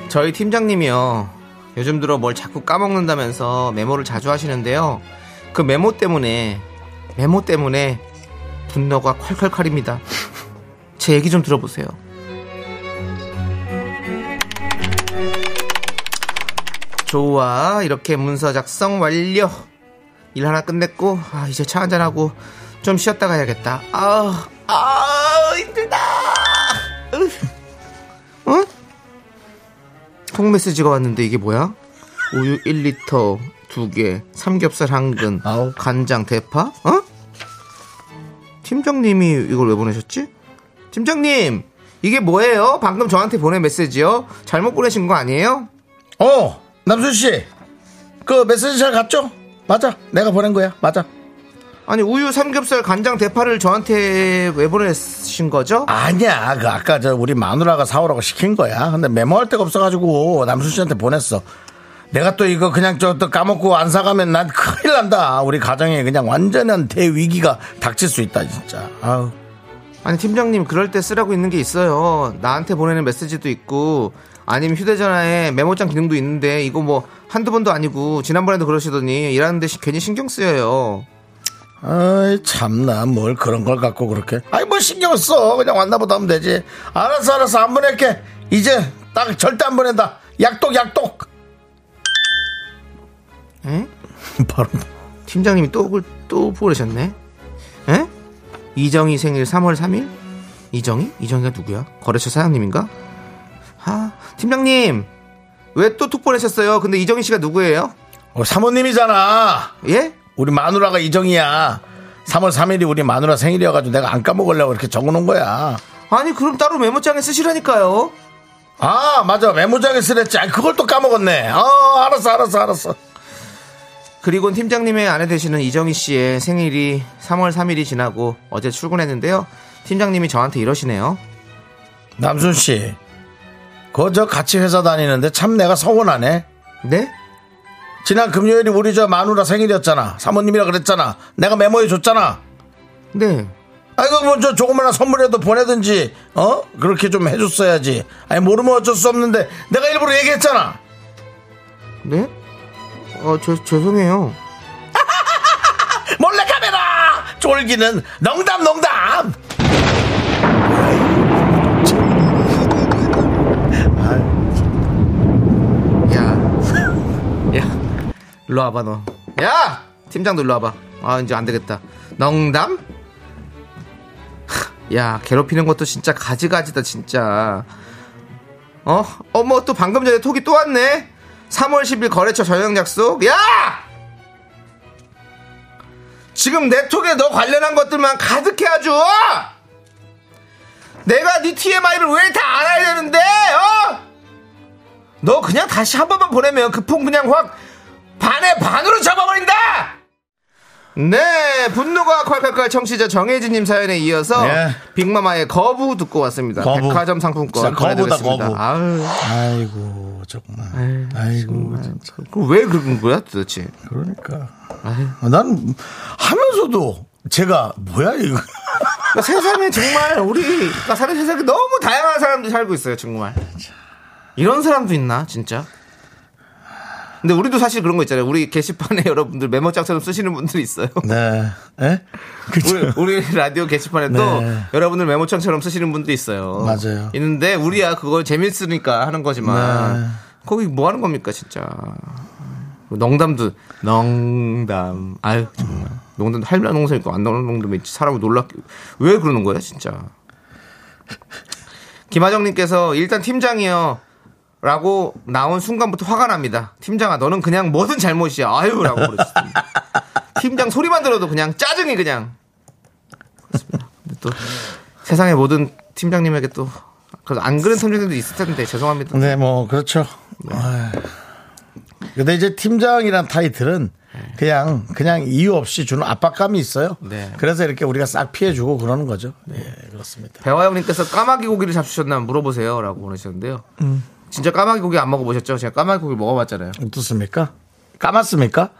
Speaker 2: 저희 팀장님이요. 요즘 들어 뭘 자꾸 까먹는다면서 메모를 자주 하시는데요. 그 메모 때문에, 메모 때문에 분노가 콸콸콸입니다. 제 얘기 좀 들어보세요. 좋아. 이렇게 문서 작성 완료. 일 하나 끝냈고, 아, 이제 차 한잔하고 좀 쉬었다 가야겠다. 아, 아, 힘들다. 으. 응? 통 메시지가 왔는데 이게 뭐야? 우유 1리터 2개, 삼겹살 한 근,
Speaker 1: 아우.
Speaker 2: 간장 대파? 어? 팀장님이 이걸 왜 보내셨지? 팀장님, 이게 뭐예요? 방금 저한테 보낸 메시지요? 잘못 보내신 거 아니에요?
Speaker 1: 어 남순 씨그 메시지 잘 갔죠? 맞아 내가 보낸 거야 맞아.
Speaker 2: 아니 우유 삼겹살 간장 대파를 저한테 왜 보내신 거죠?
Speaker 1: 아니야. 그 아까 저 우리 마누라가 사오라고 시킨 거야. 근데 메모할 데가 없어가지고 남순 씨한테 보냈어. 내가 또 이거 그냥 저 또 까먹고 안 사가면 난 큰일 난다. 우리 가정에 그냥 완전한 대위기가 닥칠 수 있다 진짜. 아우.
Speaker 2: 아니 팀장님 그럴 때 쓰라고 있는 게 있어요. 나한테 보내는 메시지도 있고 아니면 휴대전화에 메모장 기능도 있는데 이거 뭐 한두 번도 아니고 지난번에도 그러시더니 일하는데 시- 괜히 신경 쓰여요.
Speaker 1: 아이 참나 뭘 그런 걸 갖고 그렇게. 아이 뭐 신경 써. 그냥 왔나보다 하면 되지. 알았어 알았어 안 보낼게. 이제 딱 절대 안 보낸다. 약독 약독.
Speaker 2: 응?
Speaker 1: 바로
Speaker 2: 팀장님이 또, 그걸 또 보내셨네? 에? 이정희 생일 3월 3일? 이정희? 이정희가 누구야? 거래처 사장님인가? 아, 팀장님! 왜 또 톡 보내셨어요? 근데 이정희 씨가 누구예요?
Speaker 1: 어, 사모님이잖아.
Speaker 2: 예?
Speaker 1: 우리 마누라가 이정이야. 3월 3일이 우리 마누라 생일이어가지고 내가 안 까먹으려고 이렇게 적어놓은 거야.
Speaker 2: 아니, 그럼 따로 메모장에 쓰시라니까요.
Speaker 1: 아, 맞아. 메모장에 쓰랬지. 아, 그걸 또 까먹었네. 어, 알았어, 알았어, 알았어.
Speaker 2: 그리고 팀장님의 아내 되시는 이정희 씨의 생일이 3월 3일이 지나고 어제 출근했는데요. 팀장님이 저한테 이러시네요.
Speaker 1: 남순 씨. 그저 같이 회사 다니는데 참 내가 서운하네.
Speaker 2: 네?
Speaker 1: 지난 금요일이 우리 저 마누라 생일이었잖아. 사모님이라 그랬잖아. 내가 메모해 줬잖아.
Speaker 2: 네.
Speaker 1: 아이고, 뭐, 저, 조그마한 선물이라도 보내든지, 어? 그렇게 좀 해줬어야지. 아니, 모르면 어쩔 수 없는데, 내가 일부러 얘기했잖아.
Speaker 2: 네? 어, 저, 죄송해요.
Speaker 1: 몰래 카메라! 쫄기는 농담, 농담!
Speaker 2: 야. 야. 일로 와봐, 너. 야! 팀장도 일로 와봐. 아, 이제 안 되겠다. 농담? 하, 야, 괴롭히는 것도 진짜 가지가지다, 진짜. 어? 어머, 또 방금 전에 톡이 또 왔네? 3월 10일 거래처 저녁 약속? 야! 지금 내 톡에 너 관련한 것들만 가득해 아주! 어? 내가 네 TMI를 왜 다 알아야 되는데, 어? 너 그냥 다시 한 번만 보내면 그 폰 그냥 확 반에 반으로 잡아버린다! 네, 분노가 콸콸콸 청취자 정혜진님 사연에 이어서
Speaker 1: 네.
Speaker 2: 빅마마의 거부 듣고 왔습니다.
Speaker 1: 거부.
Speaker 2: 백화점 상품권
Speaker 1: 진짜 거부다,
Speaker 2: 보내드리겠습니다.
Speaker 1: 거부.
Speaker 2: 아유,
Speaker 1: 아이고 정말 아이고 진짜
Speaker 2: 그럼 왜 그런 거야 도대체?
Speaker 1: 그러니까
Speaker 2: 아유,
Speaker 1: 난 하면서도 제가 뭐야 이거
Speaker 2: 그러니까 세상에 정말 우리가 그러니까 사는 세상에 너무 다양한 사람들이 살고 있어요, 정말. 이런 사람도 있나, 진짜? 근데 우리도 사실 그런 거 있잖아요. 우리 게시판에 여러분들 메모장처럼 쓰시는 분들이 있어요.
Speaker 1: 네, 예? 그렇죠.
Speaker 2: 우리, 우리 라디오 게시판에도
Speaker 1: 네.
Speaker 2: 여러분들 메모장처럼 쓰시는 분도 있어요.
Speaker 1: 맞아요.
Speaker 2: 있는데 우리야 그걸 재밌으니까 하는 거지만
Speaker 1: 네.
Speaker 2: 거기 뭐 하는 겁니까 진짜. 농담도 농담 아유 정말 농담도 할말 농담 있고 안 나오는 농담이 있지 사람을 놀랍게 왜 그러는 거야 진짜. 김하정님께서 일단 팀장이요. 라고 나온 순간부터 화가 납니다. 팀장아, 너는 그냥 뭐든 잘못이야. 아유, 라고 그러셨습니다. 팀장 소리만 들어도 그냥 짜증이 그냥. 그렇습니다. 근데 또 세상의 모든 팀장님에게 또, 그래도 안 그런 팀장님도 있을 텐데, 죄송합니다.
Speaker 1: 네, 뭐 그렇죠. 아휴. 근데 이제 팀장이란 타이틀은 그냥 그냥 이유 없이 주는 압박감이 있어요.
Speaker 2: 네.
Speaker 1: 그래서 이렇게 우리가 싹 피해주고 그러는 거죠. 네, 그렇습니다.
Speaker 2: 배화영님께서 까마귀 고기를 잡수셨나면 물어보세요. 라고 보내셨는데요. 진짜 까마귀 고기 안 먹어보셨죠? 제가 까마귀 고기 먹어봤잖아요.
Speaker 1: 어떻습니까? 까맣습니까?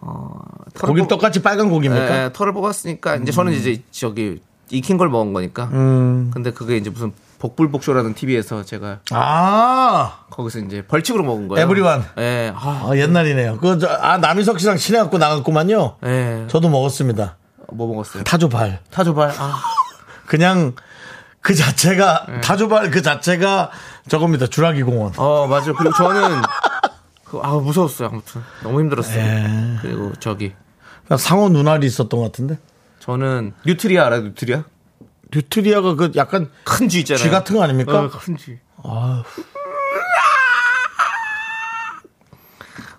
Speaker 2: 털을
Speaker 1: 고기
Speaker 2: 뽑-
Speaker 1: 똑같이 빨간 고기입니까? 음.
Speaker 2: 예, 예, 털을 뽑았으니까, 이제 저는 이제 저기, 익힌 걸 먹은 거니까. 근데 그게 이제 무슨 복불복쇼라는 TV에서 제가
Speaker 1: 아,
Speaker 2: 거기서 이제 벌칙으로 먹은 거예요.
Speaker 1: 에브리원.
Speaker 2: 예. 아,
Speaker 1: 아, 옛날이네요. 그, 저, 아, 남희석 씨랑 친해갖고 나갔구만요.
Speaker 2: 예.
Speaker 1: 저도 먹었습니다.
Speaker 2: 뭐 먹었어요?
Speaker 1: 타조발.
Speaker 2: 타조발. 아.
Speaker 1: 그냥 그 자체가, 타조발 그 자체가 저겁니다. 주라기 공원.
Speaker 2: 어 맞아요. 그리고 저는 그, 아 무서웠어요. 아무튼 너무 힘들었어요.
Speaker 1: 예.
Speaker 2: 그리고 저기
Speaker 1: 상어 눈알이 있었던 것 같은데.
Speaker 2: 저는 뉴트리아 알아요? 뉴트리아?
Speaker 1: 뉴트리아가 그 약간
Speaker 2: 큰 쥐 있잖아요.
Speaker 1: 쥐 같은 거 아닙니까?
Speaker 2: 어, 큰 쥐.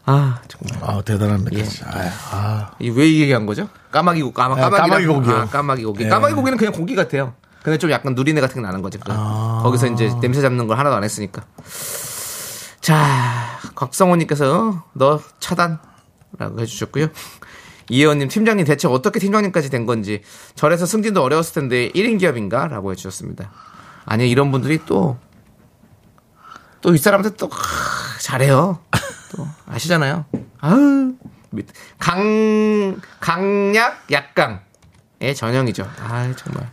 Speaker 2: 아. 정말
Speaker 1: 아, 대단합니다.
Speaker 2: 예.
Speaker 1: 진짜. 아유, 아,
Speaker 2: 이 왜 이 얘기한 거죠? 까마귀 고 까마
Speaker 1: 예,
Speaker 2: 까마귀
Speaker 1: 까마귀 고기요.
Speaker 2: 아, 까마귀 고기
Speaker 1: 예.
Speaker 2: 까마귀 고기는 그냥 고기 같아요. 근데 좀 약간 누리네 같은 게 나는 거죠. 그
Speaker 1: 아.
Speaker 2: 거기서 이제 냄새 잡는 걸 하나도 안 했으니까. 자, 곽성호님께서 너 차단라고 해주셨고요. 이혜원님 팀장님 대체 어떻게 팀장님까지 된 건지 절에서 승진도 어려웠을 텐데 1인 기업인가라고 해주셨습니다. 아니 이런 분들이 또 또 이 사람들 또 크, 아, 잘해요. 또 아시잖아요. 아우 밑- 강 강약 약강의 전형이죠. 아 정말.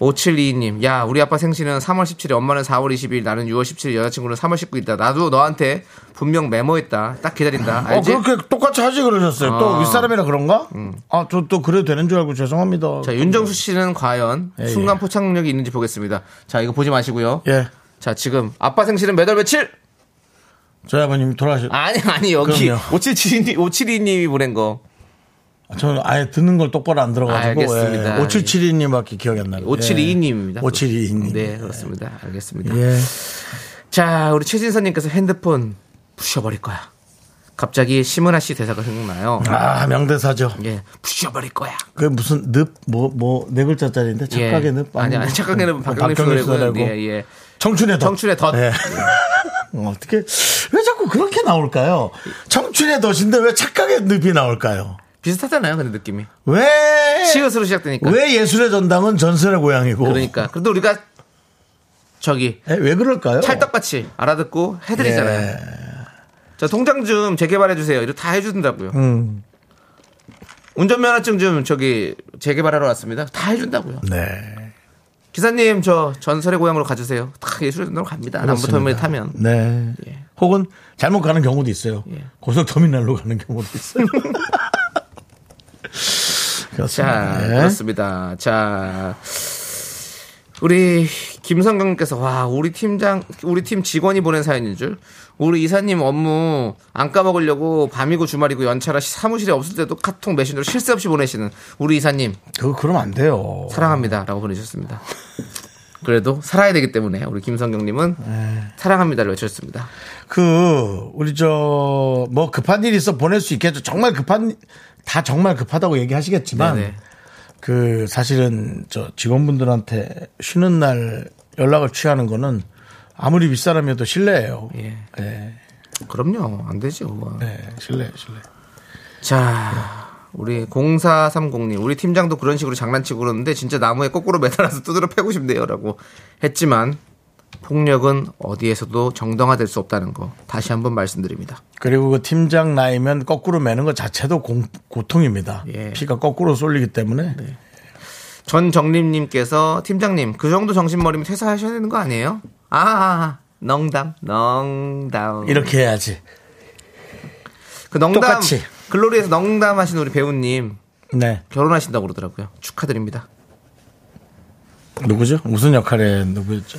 Speaker 2: 5722님, 야, 우리 아빠 생신은 3월 17일, 엄마는 4월 20일, 나는 6월 17일, 여자친구는 3월 19일이다. 나도 너한테 분명 메모했다. 딱 기다린다.
Speaker 1: 어,
Speaker 2: 알지?
Speaker 1: 그렇게 똑같이 하지 그러셨어요. 또
Speaker 2: 아. 음.
Speaker 1: 윗사람이라 그런가? 아, 저 또 그래도 되는 줄 알고 죄송합니다.
Speaker 2: 자, 윤정수 씨는 과연
Speaker 1: 예,
Speaker 2: 순간
Speaker 1: 예.
Speaker 2: 포착력이 있는지 보겠습니다. 자, 이거 보지 마시고요.
Speaker 1: 예.
Speaker 2: 자, 지금 아빠 생신은 몇월 며칠?
Speaker 1: 저희 아버님 돌아가셨,
Speaker 2: 아니, 아니, 여기
Speaker 1: 그럼요.
Speaker 2: 5772, 572님이 보낸 거.
Speaker 1: 저는 아예 듣는 걸 똑바로 안 들어가지고
Speaker 2: 알겠습니다.
Speaker 1: 5772님밖에 기억이 안 나요.
Speaker 2: 5722님입니다.
Speaker 1: 5722님.
Speaker 2: 네, 그렇습니다. 알겠습니다.
Speaker 1: 예.
Speaker 2: 자, 우리 최진선님께서 핸드폰 부셔버릴 거야. 갑자기 심은하 씨 대사가 생각나요.
Speaker 1: 아 명대사죠.
Speaker 2: 예, 부셔버릴 거야.
Speaker 1: 그게 무슨 늪뭐 뭐 네 글자짜리인데
Speaker 2: 예.
Speaker 1: 착각의 늪
Speaker 2: 아니, 아니, 착각의
Speaker 1: 뭐
Speaker 2: 늪은 박경림 씨노고
Speaker 1: 고
Speaker 2: 예, 예.
Speaker 1: 청춘의 덫.
Speaker 2: 청춘의 덫.
Speaker 1: 예. 어, 어떻게 왜 자꾸 그렇게 나올까요? 청춘의 덫인데 왜 착각의 늪이 나올까요?
Speaker 2: 비슷하잖아요, 근데 느낌이.
Speaker 1: 왜? 네.
Speaker 2: 시옷으로 시작되니까.
Speaker 1: 왜 예술의 전당은 전설의 고향이고?
Speaker 2: 그러니까. 그래도 우리가 저기
Speaker 1: 예, 왜 그럴까요? 예.
Speaker 2: 찰떡같이 알아듣고
Speaker 1: 네.
Speaker 2: 해드리잖아요. 자, 통장 좀 재개발해 주세요. 이거 다 해준다고요.
Speaker 1: 음.
Speaker 2: 음. 운전면허증 좀 저기 재개발하러 왔습니다. 다 해준다고요.
Speaker 1: 네.
Speaker 2: 기사님 저 전설의 고향으로 가주세요. 다 예술의 전으로 갑니다. 남부터미널 타면.
Speaker 1: 네.
Speaker 2: 예.
Speaker 1: 혹은 잘못 가는 경우도 있어요.
Speaker 2: 예.
Speaker 1: 고속터미널로 가는 경우도 있어요.
Speaker 2: 자,
Speaker 1: 그렇습니다. 네.
Speaker 2: 그렇습니다. 자, 우리 김성경님께서 와 우리 팀장 우리 팀 직원이 보낸 사연인 줄 우리 이사님 업무 안 까먹으려고 밤이고 주말이고 연차라 시- 사무실에 없을 때도 카톡 메신저로 실수 없이 보내시는 우리 이사님
Speaker 1: 그거 그러면 안 돼요.
Speaker 2: 사랑합니다라고 보내주셨습니다. 그래도 살아야 되기 때문에 우리 김성경님은 사랑합니다를 외쳤습니다.
Speaker 1: 그 우리 저 뭐 급한 일이 있어 보낼 수 있겠죠. 정말 급한 다 정말 급하다고 얘기하시겠지만
Speaker 2: 네네.
Speaker 1: 그 사실은 저 직원분들한테 쉬는 날 연락을 취하는 거는 아무리 윗사람이어도 신뢰예요.
Speaker 2: 예.
Speaker 1: 네.
Speaker 2: 그럼요 안 되죠.
Speaker 1: 네, 신뢰, 신뢰.
Speaker 2: 자, 우리 0430님, 우리 팀장도 그런 식으로 장난치고 그러는데 진짜 나무에 거꾸로 매달아서 두드려 패고 싶네요라고 했지만 폭력은 어디에서도 정당화될 수 없다는 거 다시 한번 말씀드립니다.
Speaker 1: 그리고 그 팀장 나이면 거꾸로 매는 것 자체도 공- 고통입니다.
Speaker 2: 예. 네.
Speaker 1: 피가 거꾸로 쏠리기 때문에
Speaker 2: 전정림님께서 팀장님 그 정도 정신머리면 퇴사하셔야 되는 거 아니에요? 아, 아, 아, 농담, 농담.
Speaker 1: 이렇게 해야지.
Speaker 2: 그 농담
Speaker 1: 똑같이.
Speaker 2: 글로리에서 농담하신 우리 배우님
Speaker 1: 네.
Speaker 2: 결혼하신다고 그러더라고요. 축하드립니다.
Speaker 1: 누구죠? 무슨 역할에 누구였죠?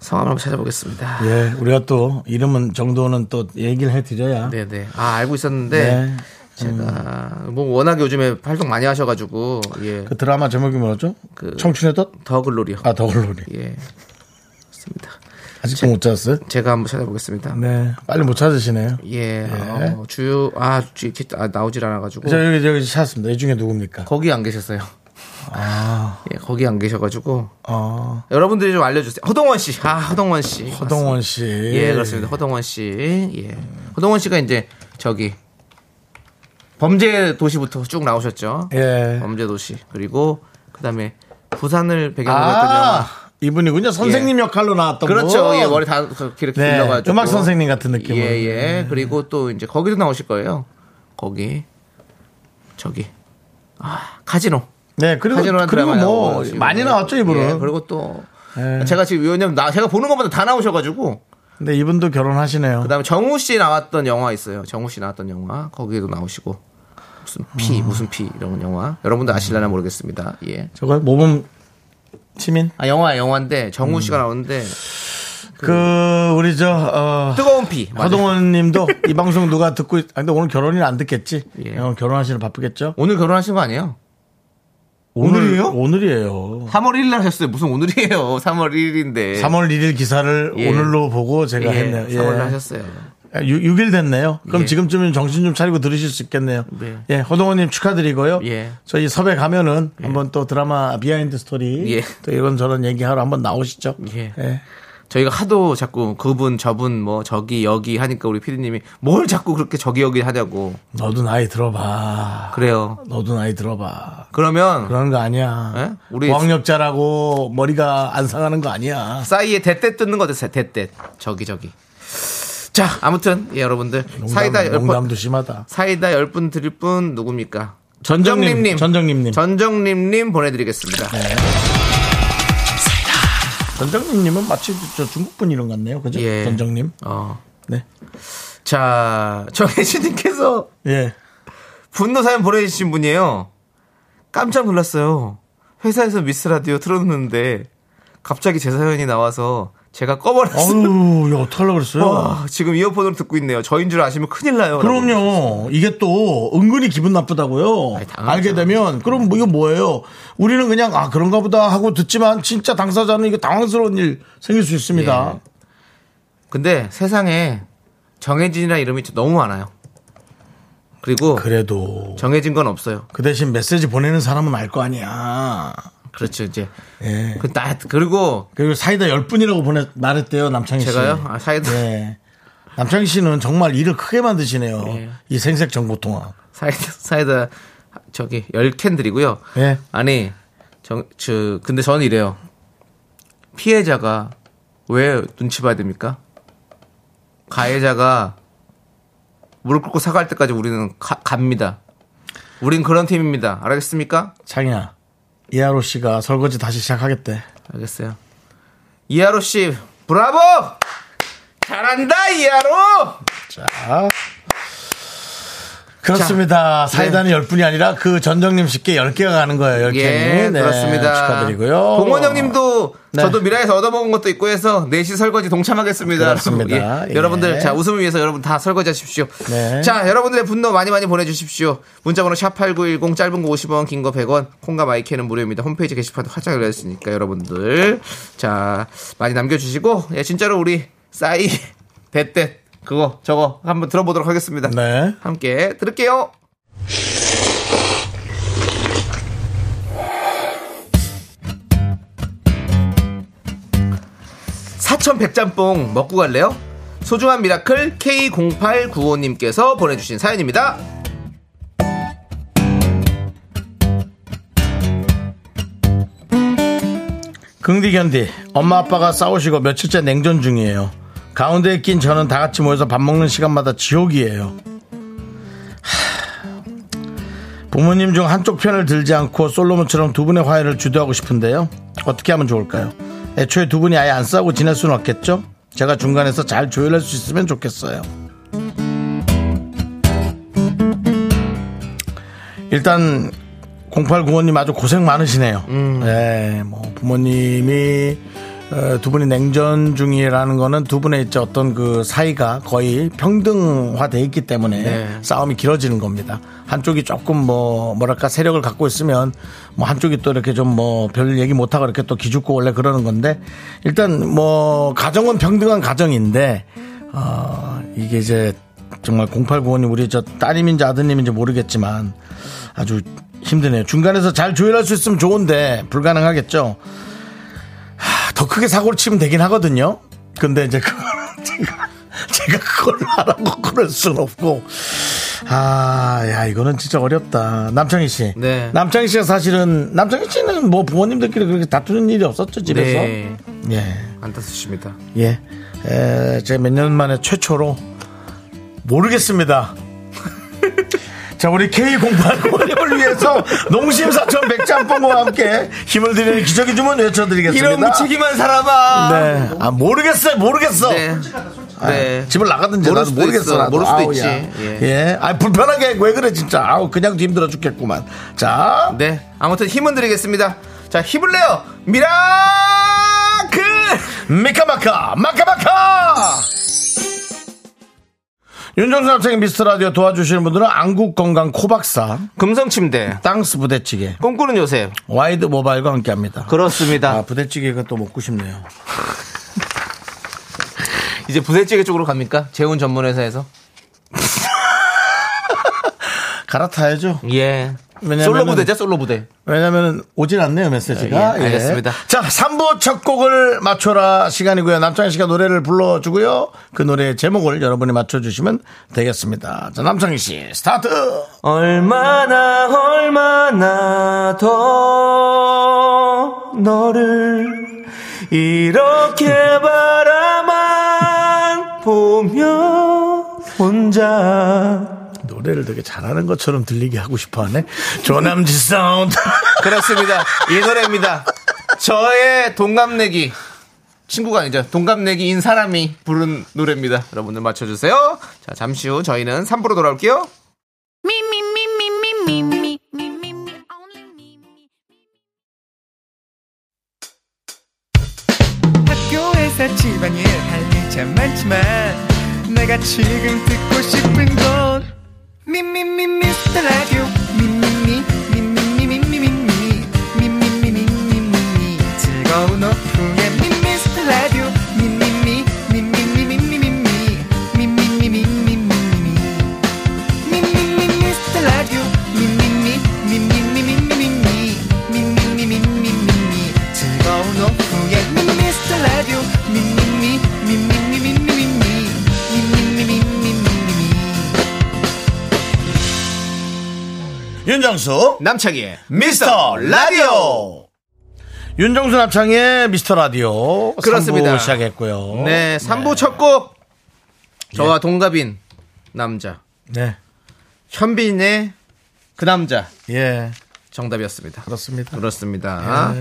Speaker 2: 성함 한번 찾아보겠습니다.
Speaker 1: 예, 우리가 또 이름은 정도는 또 얘기를 해드려야.
Speaker 2: 네네. 아 알고 있었는데
Speaker 1: 네.
Speaker 2: 제가 뭐 워낙 요즘에 활동 많이 하셔가지고 예.
Speaker 1: 음. 그 드라마 제목이 뭐죠?
Speaker 2: 그-
Speaker 1: 청춘의 덫?
Speaker 2: 더 글로리요.
Speaker 1: 아, 더글로리.
Speaker 2: 예. 그렇습니다.
Speaker 1: 아직도 못 찾았어요?
Speaker 2: 제가 한번 찾아보겠습니다.
Speaker 1: 네. 빨리 못 찾으시네요.
Speaker 2: 예. 어, 주요 아, 주, 기- 아, 나오질 않아가지고
Speaker 1: 저 여기, 여기 찾았습니다. 이 중에 누굽니까?
Speaker 2: 거기 안 계셨어요.
Speaker 1: 아.
Speaker 2: 예, 거기 안 계셔가지고
Speaker 1: 어,
Speaker 2: 여러분들이 좀 알려주세요. 허동원 씨. 아 허동원 씨.
Speaker 1: 허동원 씨.
Speaker 2: 예, 그렇습니다. 허동원 씨. 예. 허동원 씨가 이제 저기 범죄 도시부터 쭉 나오셨죠.
Speaker 1: 예.
Speaker 2: 범죄 도시. 그리고 그다음에 부산을 배경으로 했던 영화. 예.
Speaker 1: 아, 이분이군요. 선생님 역할로 나왔던
Speaker 2: 그렇죠.
Speaker 1: 분.
Speaker 2: 예, 머리 다 그렇게 이렇게
Speaker 1: 뭐. 네,
Speaker 2: 길러가지고.
Speaker 1: 음악 선생님 같은 느낌으로. 음.
Speaker 2: 예, 예. 그리고 또 이제 거기도 나오실 거예요. 거기 저기 아 카지노.
Speaker 1: 네, 그리고,
Speaker 2: 카지노라는
Speaker 1: 그리고
Speaker 2: 드라마
Speaker 1: 뭐,
Speaker 2: 나오고 지금.
Speaker 1: 많이 나왔죠, 이분은.
Speaker 2: 예, 그리고 또
Speaker 1: 예.
Speaker 2: 제가 지금 왜냐면 나 제가 보는 것보다 다 나오셔가지고
Speaker 1: 근데 이분도 결혼하시네요.
Speaker 2: 그다음에 정우 씨 나왔던 영화 있어요. 정우 씨 나왔던 영화 거기에도 나오시고 무슨 피
Speaker 1: 음.
Speaker 2: 무슨 피 이런 영화 여러분도 아실라나 모르겠습니다. 예.
Speaker 1: 저거 모범 시민?
Speaker 2: 아 영화 영화인데
Speaker 1: 음.
Speaker 2: 정우 씨가 나오는데
Speaker 1: 그, 우리 저, 어,
Speaker 2: 뜨거운 피. 그 맞아요.
Speaker 1: 허동원 님도 이 방송 누가 듣고, 있, 아, 근데 오늘 결혼이 안 듣겠지?
Speaker 2: 예.
Speaker 1: 어, 결혼하시는 바쁘겠죠?
Speaker 2: 오늘 결혼하신 거 아니에요? 오늘이에요?
Speaker 1: 오늘, 이에요
Speaker 2: 3월 1일 날 하셨어요. 무슨 오늘이에요? 3월 1일인데.
Speaker 1: 3월 1일 기사를
Speaker 2: 예.
Speaker 1: 오늘로 보고 제가 했네요. 예.
Speaker 2: 3월 하셨어요.
Speaker 1: 6, 일 됐네요. 그럼
Speaker 2: 예.
Speaker 1: 지금쯤이면 정신 좀 차리고 들으실 수 있겠네요.
Speaker 2: 네.
Speaker 1: 예, 허동원님 축하드리고요.
Speaker 2: 예.
Speaker 1: 저희 섭외 가면은 한번 또 드라마 비하인드 스토리
Speaker 2: 예.
Speaker 1: 또 이런 저런 얘기하러 한번 나오시죠.
Speaker 2: 예.
Speaker 1: 예.
Speaker 2: 저희가 하도 자꾸 그분 저분 뭐 저기 여기 하니까 우리 피디님이 뭘 자꾸 그렇게 저기 여기 하냐고
Speaker 1: 너도 나이 들어봐.
Speaker 2: 그래요.
Speaker 1: 너도 나이 들어봐.
Speaker 2: 그러면
Speaker 1: 그런 거 아니야.
Speaker 2: 예? 우리-
Speaker 1: 고학력자라고 머리가 안 상하는 거 아니야.
Speaker 2: 싸이의 대떼 뜯는 거 어땠어요? 대떼 저기 저기. 자 아무튼 예, 여러분들 사이다 열 번-
Speaker 1: 농담도 심하다.
Speaker 2: 사이다 열 분 드릴 분 누굽니까?
Speaker 1: 전정님,
Speaker 2: 전정림님.
Speaker 1: 전정림님. 네.
Speaker 2: 전정림님 보내드리겠습니다.
Speaker 1: 전정님님은 마치 저 중국 분 이런 것 같네요. 그죠?
Speaker 2: 예.
Speaker 1: 전정님.
Speaker 2: 어.
Speaker 1: 네.
Speaker 2: 자, 정혜진님께서
Speaker 1: 예.
Speaker 2: 분노 사연 보내주신 분이에요. 깜짝 놀랐어요. 회사에서 미스 라디오 틀어놓는데 갑자기 제 사연이 나와서 제가 꺼버렸어요.
Speaker 1: 어우, 야, 어떡하려고 그랬어요?
Speaker 2: 와, 지금 이어폰으로 듣고 있네요. 저인 줄 아시면 큰일 나요. 라고.
Speaker 1: 그럼요. 이게 또 은근히 기분 나쁘다고요.
Speaker 2: 아니, 당연하죠.
Speaker 1: 알게 되면 그럼 뭐 이거 뭐예요? 우리는 그냥 아 그런가 보다 하고 듣지만 진짜 당사자는 이거 당황스러운 일 생길 수 있습니다.
Speaker 2: 예. 근데 세상에 정혜진이라는 이름이 너무 많아요. 그리고
Speaker 1: 그래도
Speaker 2: 정해진 건 없어요.
Speaker 1: 그 대신 메시지 보내는 사람은 알 거 아니야.
Speaker 2: 그렇죠, 이제.
Speaker 1: 예.
Speaker 2: 그, 나, 그리고
Speaker 1: 그리고 사이다 열 분이라고 보내 말했대요 남창희 씨.
Speaker 2: 제가요? 아, 사이다.
Speaker 1: 예. 남창희 씨는 정말 일을 크게 만드시네요.
Speaker 2: 예.
Speaker 1: 이 생색 정보 통화.
Speaker 2: 사이다, 사이다, 저기, 열 캔 드리고요.
Speaker 1: 예.
Speaker 2: 아니, 정, 저, 근데 저는 이래요. 피해자가 왜 눈치 봐야 됩니까? 가해자가 무릎 꿇고 사과할 때까지 우리는 가- 갑니다. 우린 그런 팀입니다. 알겠습니까?
Speaker 1: 창희야, 이하로 씨가 설거지 다시 시작하겠대.
Speaker 2: 알겠어요. 이하로 씨, 브라보! 잘한다, 이하로!
Speaker 1: 아. 그렇습니다. 사이다는 열 10분이 아니라 그 전정님 씨께 10개가 가는 거예요. 10개.
Speaker 2: 예, 그렇습니다.
Speaker 1: 네, 축하드리고요.
Speaker 2: 동원 형님도
Speaker 1: 네.
Speaker 2: 저도 미라에서 얻어먹은 것도 있고 해서 4시 설거지 동참하겠습니다.
Speaker 1: 그렇습니다.
Speaker 2: 예.
Speaker 1: 예.
Speaker 2: 여러분들, 자, 웃음을 위해서 여러분 다 설거지 하십시오.
Speaker 1: 네.
Speaker 2: 자, 여러분들의 분노 많이 많이 보내주십시오. 문자번호 샵8910, 짧은 거 50원, 긴 거 100원, 콩과 마이크는 무료입니다. 홈페이지 게시판 활짝 열려있으니까 여러분들. 자, 많이 남겨주시고, 예, 진짜로 우리 싸이, 대떼, 그거, 저거 한번 들어보도록 하겠습니다.
Speaker 1: 네.
Speaker 2: 함께 들을게요. 사천 백짬뽕 먹고 갈래요? 소중한 미라클 K0895님께서 보내주신 사연입니다.
Speaker 1: 긍디 견디 엄마 아빠가 싸우시고 며칠째 냉전 중이에요 가운데에 낀 저는 다 같이 모여서 밥 먹는 시간마다 지옥이에요 하, 부모님 중 한쪽 편을 들지 않고 솔로몬처럼 두 분의 화해를 주도하고 싶은데요 어떻게 하면 좋을까요 애초에 두 분이 아예 안 싸우고 지낼 수는 없겠죠 제가 중간에서 잘 조율할 수 있으면 좋겠어요 일단 0895님 아주 고생 많으시네요. 예, 뭐 부모님이 어, 두 분이 냉전 중이라는 거는 두 분의 이제 어떤 그 사이가 거의 평등화돼 있기 때문에 싸움이 길어지는 겁니다. 한쪽이 조금 뭐 뭐랄까 세력을 갖고 있으면 뭐 한쪽이 또 이렇게 좀 뭐 별 얘기 못하고 이렇게 또 기죽고 원래 그러는 건데 일단 뭐 가정은 평등한 가정인데 어, 이게 이제 정말 0895님 우리 저 따님인지 아드님인지 모르겠지만 아주 힘드네요. 중간에서 잘 조율할 수 있으면 좋은데 불가능하겠죠. 하, 더 크게 사고를 치면 되긴 하거든요. 근데 이제 그걸 제가 제가 그걸 하라고 그럴 순 없고 아, 야, 이거는 진짜 어렵다. 남창희 씨.
Speaker 2: 네.
Speaker 1: 남창희 씨가 사실은, 남창희 씨는 뭐 부모님들끼리 그렇게 다투는 일이 없었죠, 집에서.
Speaker 2: 네.
Speaker 1: 예.
Speaker 2: 안타깝습니다.
Speaker 1: 예. 에, 제가 몇 년 만에 최초로 모르겠습니다. 자, 우리 K08님을 위해서 농심사천 백짬뽕과 함께 힘을 드리는 기적의 주문 외쳐드리겠습니다.
Speaker 2: 이런 무책임한 사람아.
Speaker 1: 네. 아, 모르겠어요, 모르겠어.
Speaker 2: 네.
Speaker 1: 아,
Speaker 2: 네.
Speaker 1: 집을 나가든지
Speaker 2: 모를
Speaker 1: 나도
Speaker 2: 수도
Speaker 1: 모르겠어.
Speaker 2: 있어.
Speaker 1: 나도.
Speaker 2: 모를 수도
Speaker 1: 아우,
Speaker 2: 있지.
Speaker 1: 야.
Speaker 2: 예.
Speaker 1: 예. 아, 불편하게 왜 그래, 진짜. 아우, 그냥 힘들어 죽겠구만. 자.
Speaker 2: 네. 아무튼 힘은 드리겠습니다. 자, 힘을 내요. 미라클!
Speaker 1: 그 미카마카 마카마카 윤정수 학생 미스터라디오 도와주시는 분들은 안국건강 코박사
Speaker 6: 금성침대
Speaker 1: 땅스 부대찌개
Speaker 6: 꿈꾸는 요셉
Speaker 1: 와이드 모바일과 함께합니다
Speaker 6: 그렇습니다.
Speaker 1: 아 부대찌개가 또 먹고 싶네요
Speaker 6: 이제 부대찌개 쪽으로 갑니까? 재훈 전문 회사에서
Speaker 1: 갈아타야죠
Speaker 6: 예
Speaker 1: 왜냐면은-
Speaker 6: 솔로 부대죠 솔로 부대
Speaker 1: 왜냐면 오진 않네요 메시지가
Speaker 6: 예, 알겠습니다.
Speaker 1: 자 3부 첫 곡을 맞춰라 시간이고요 남창희 씨가 노래를 불러주고요 그 노래의 제목을 여러분이 맞춰주시면 되겠습니다 자 남창희 씨 스타트
Speaker 6: 얼마나 얼마나 더 너를 이렇게 바라만 보며 혼자
Speaker 1: 노래를 되게 잘하는 것처럼 들리게 하고 싶어 하네. 조남지 사운드.
Speaker 2: 그렇습니다. 이 노래입니다. 저의 동갑내기. 친구가 아니죠. 동갑내기인 사람이 부른 노래입니다. 여러분들 맞춰주세요. 자, 잠시 후 저희는 3부로 돌아올게요.
Speaker 7: Me, me, me, me, me, me, me, me, me, me, only me, me.
Speaker 8: 학교에서 집안일 할 일 참 많지만 내가 지금 듣고 싶은 건 미미미 미스터 라디오 미미미 미미미 미미미 미미미 미미미 즐거운 오후에 미스터 라디오 미미미 미미미 미미미 미미미 미미미
Speaker 1: 윤정수.
Speaker 2: 남창희의 미스터 라디오!
Speaker 1: 윤정수 남창의 미스터 라디오.
Speaker 2: 그렇습니다.
Speaker 1: 3부 시작했고요.
Speaker 2: 네, 3부 첫 곡. 저와 동갑인 남자.
Speaker 1: 네.
Speaker 2: 현빈의 그 남자.
Speaker 1: 예.
Speaker 2: 정답이었습니다.
Speaker 1: 그렇습니다.
Speaker 2: 그렇습니다.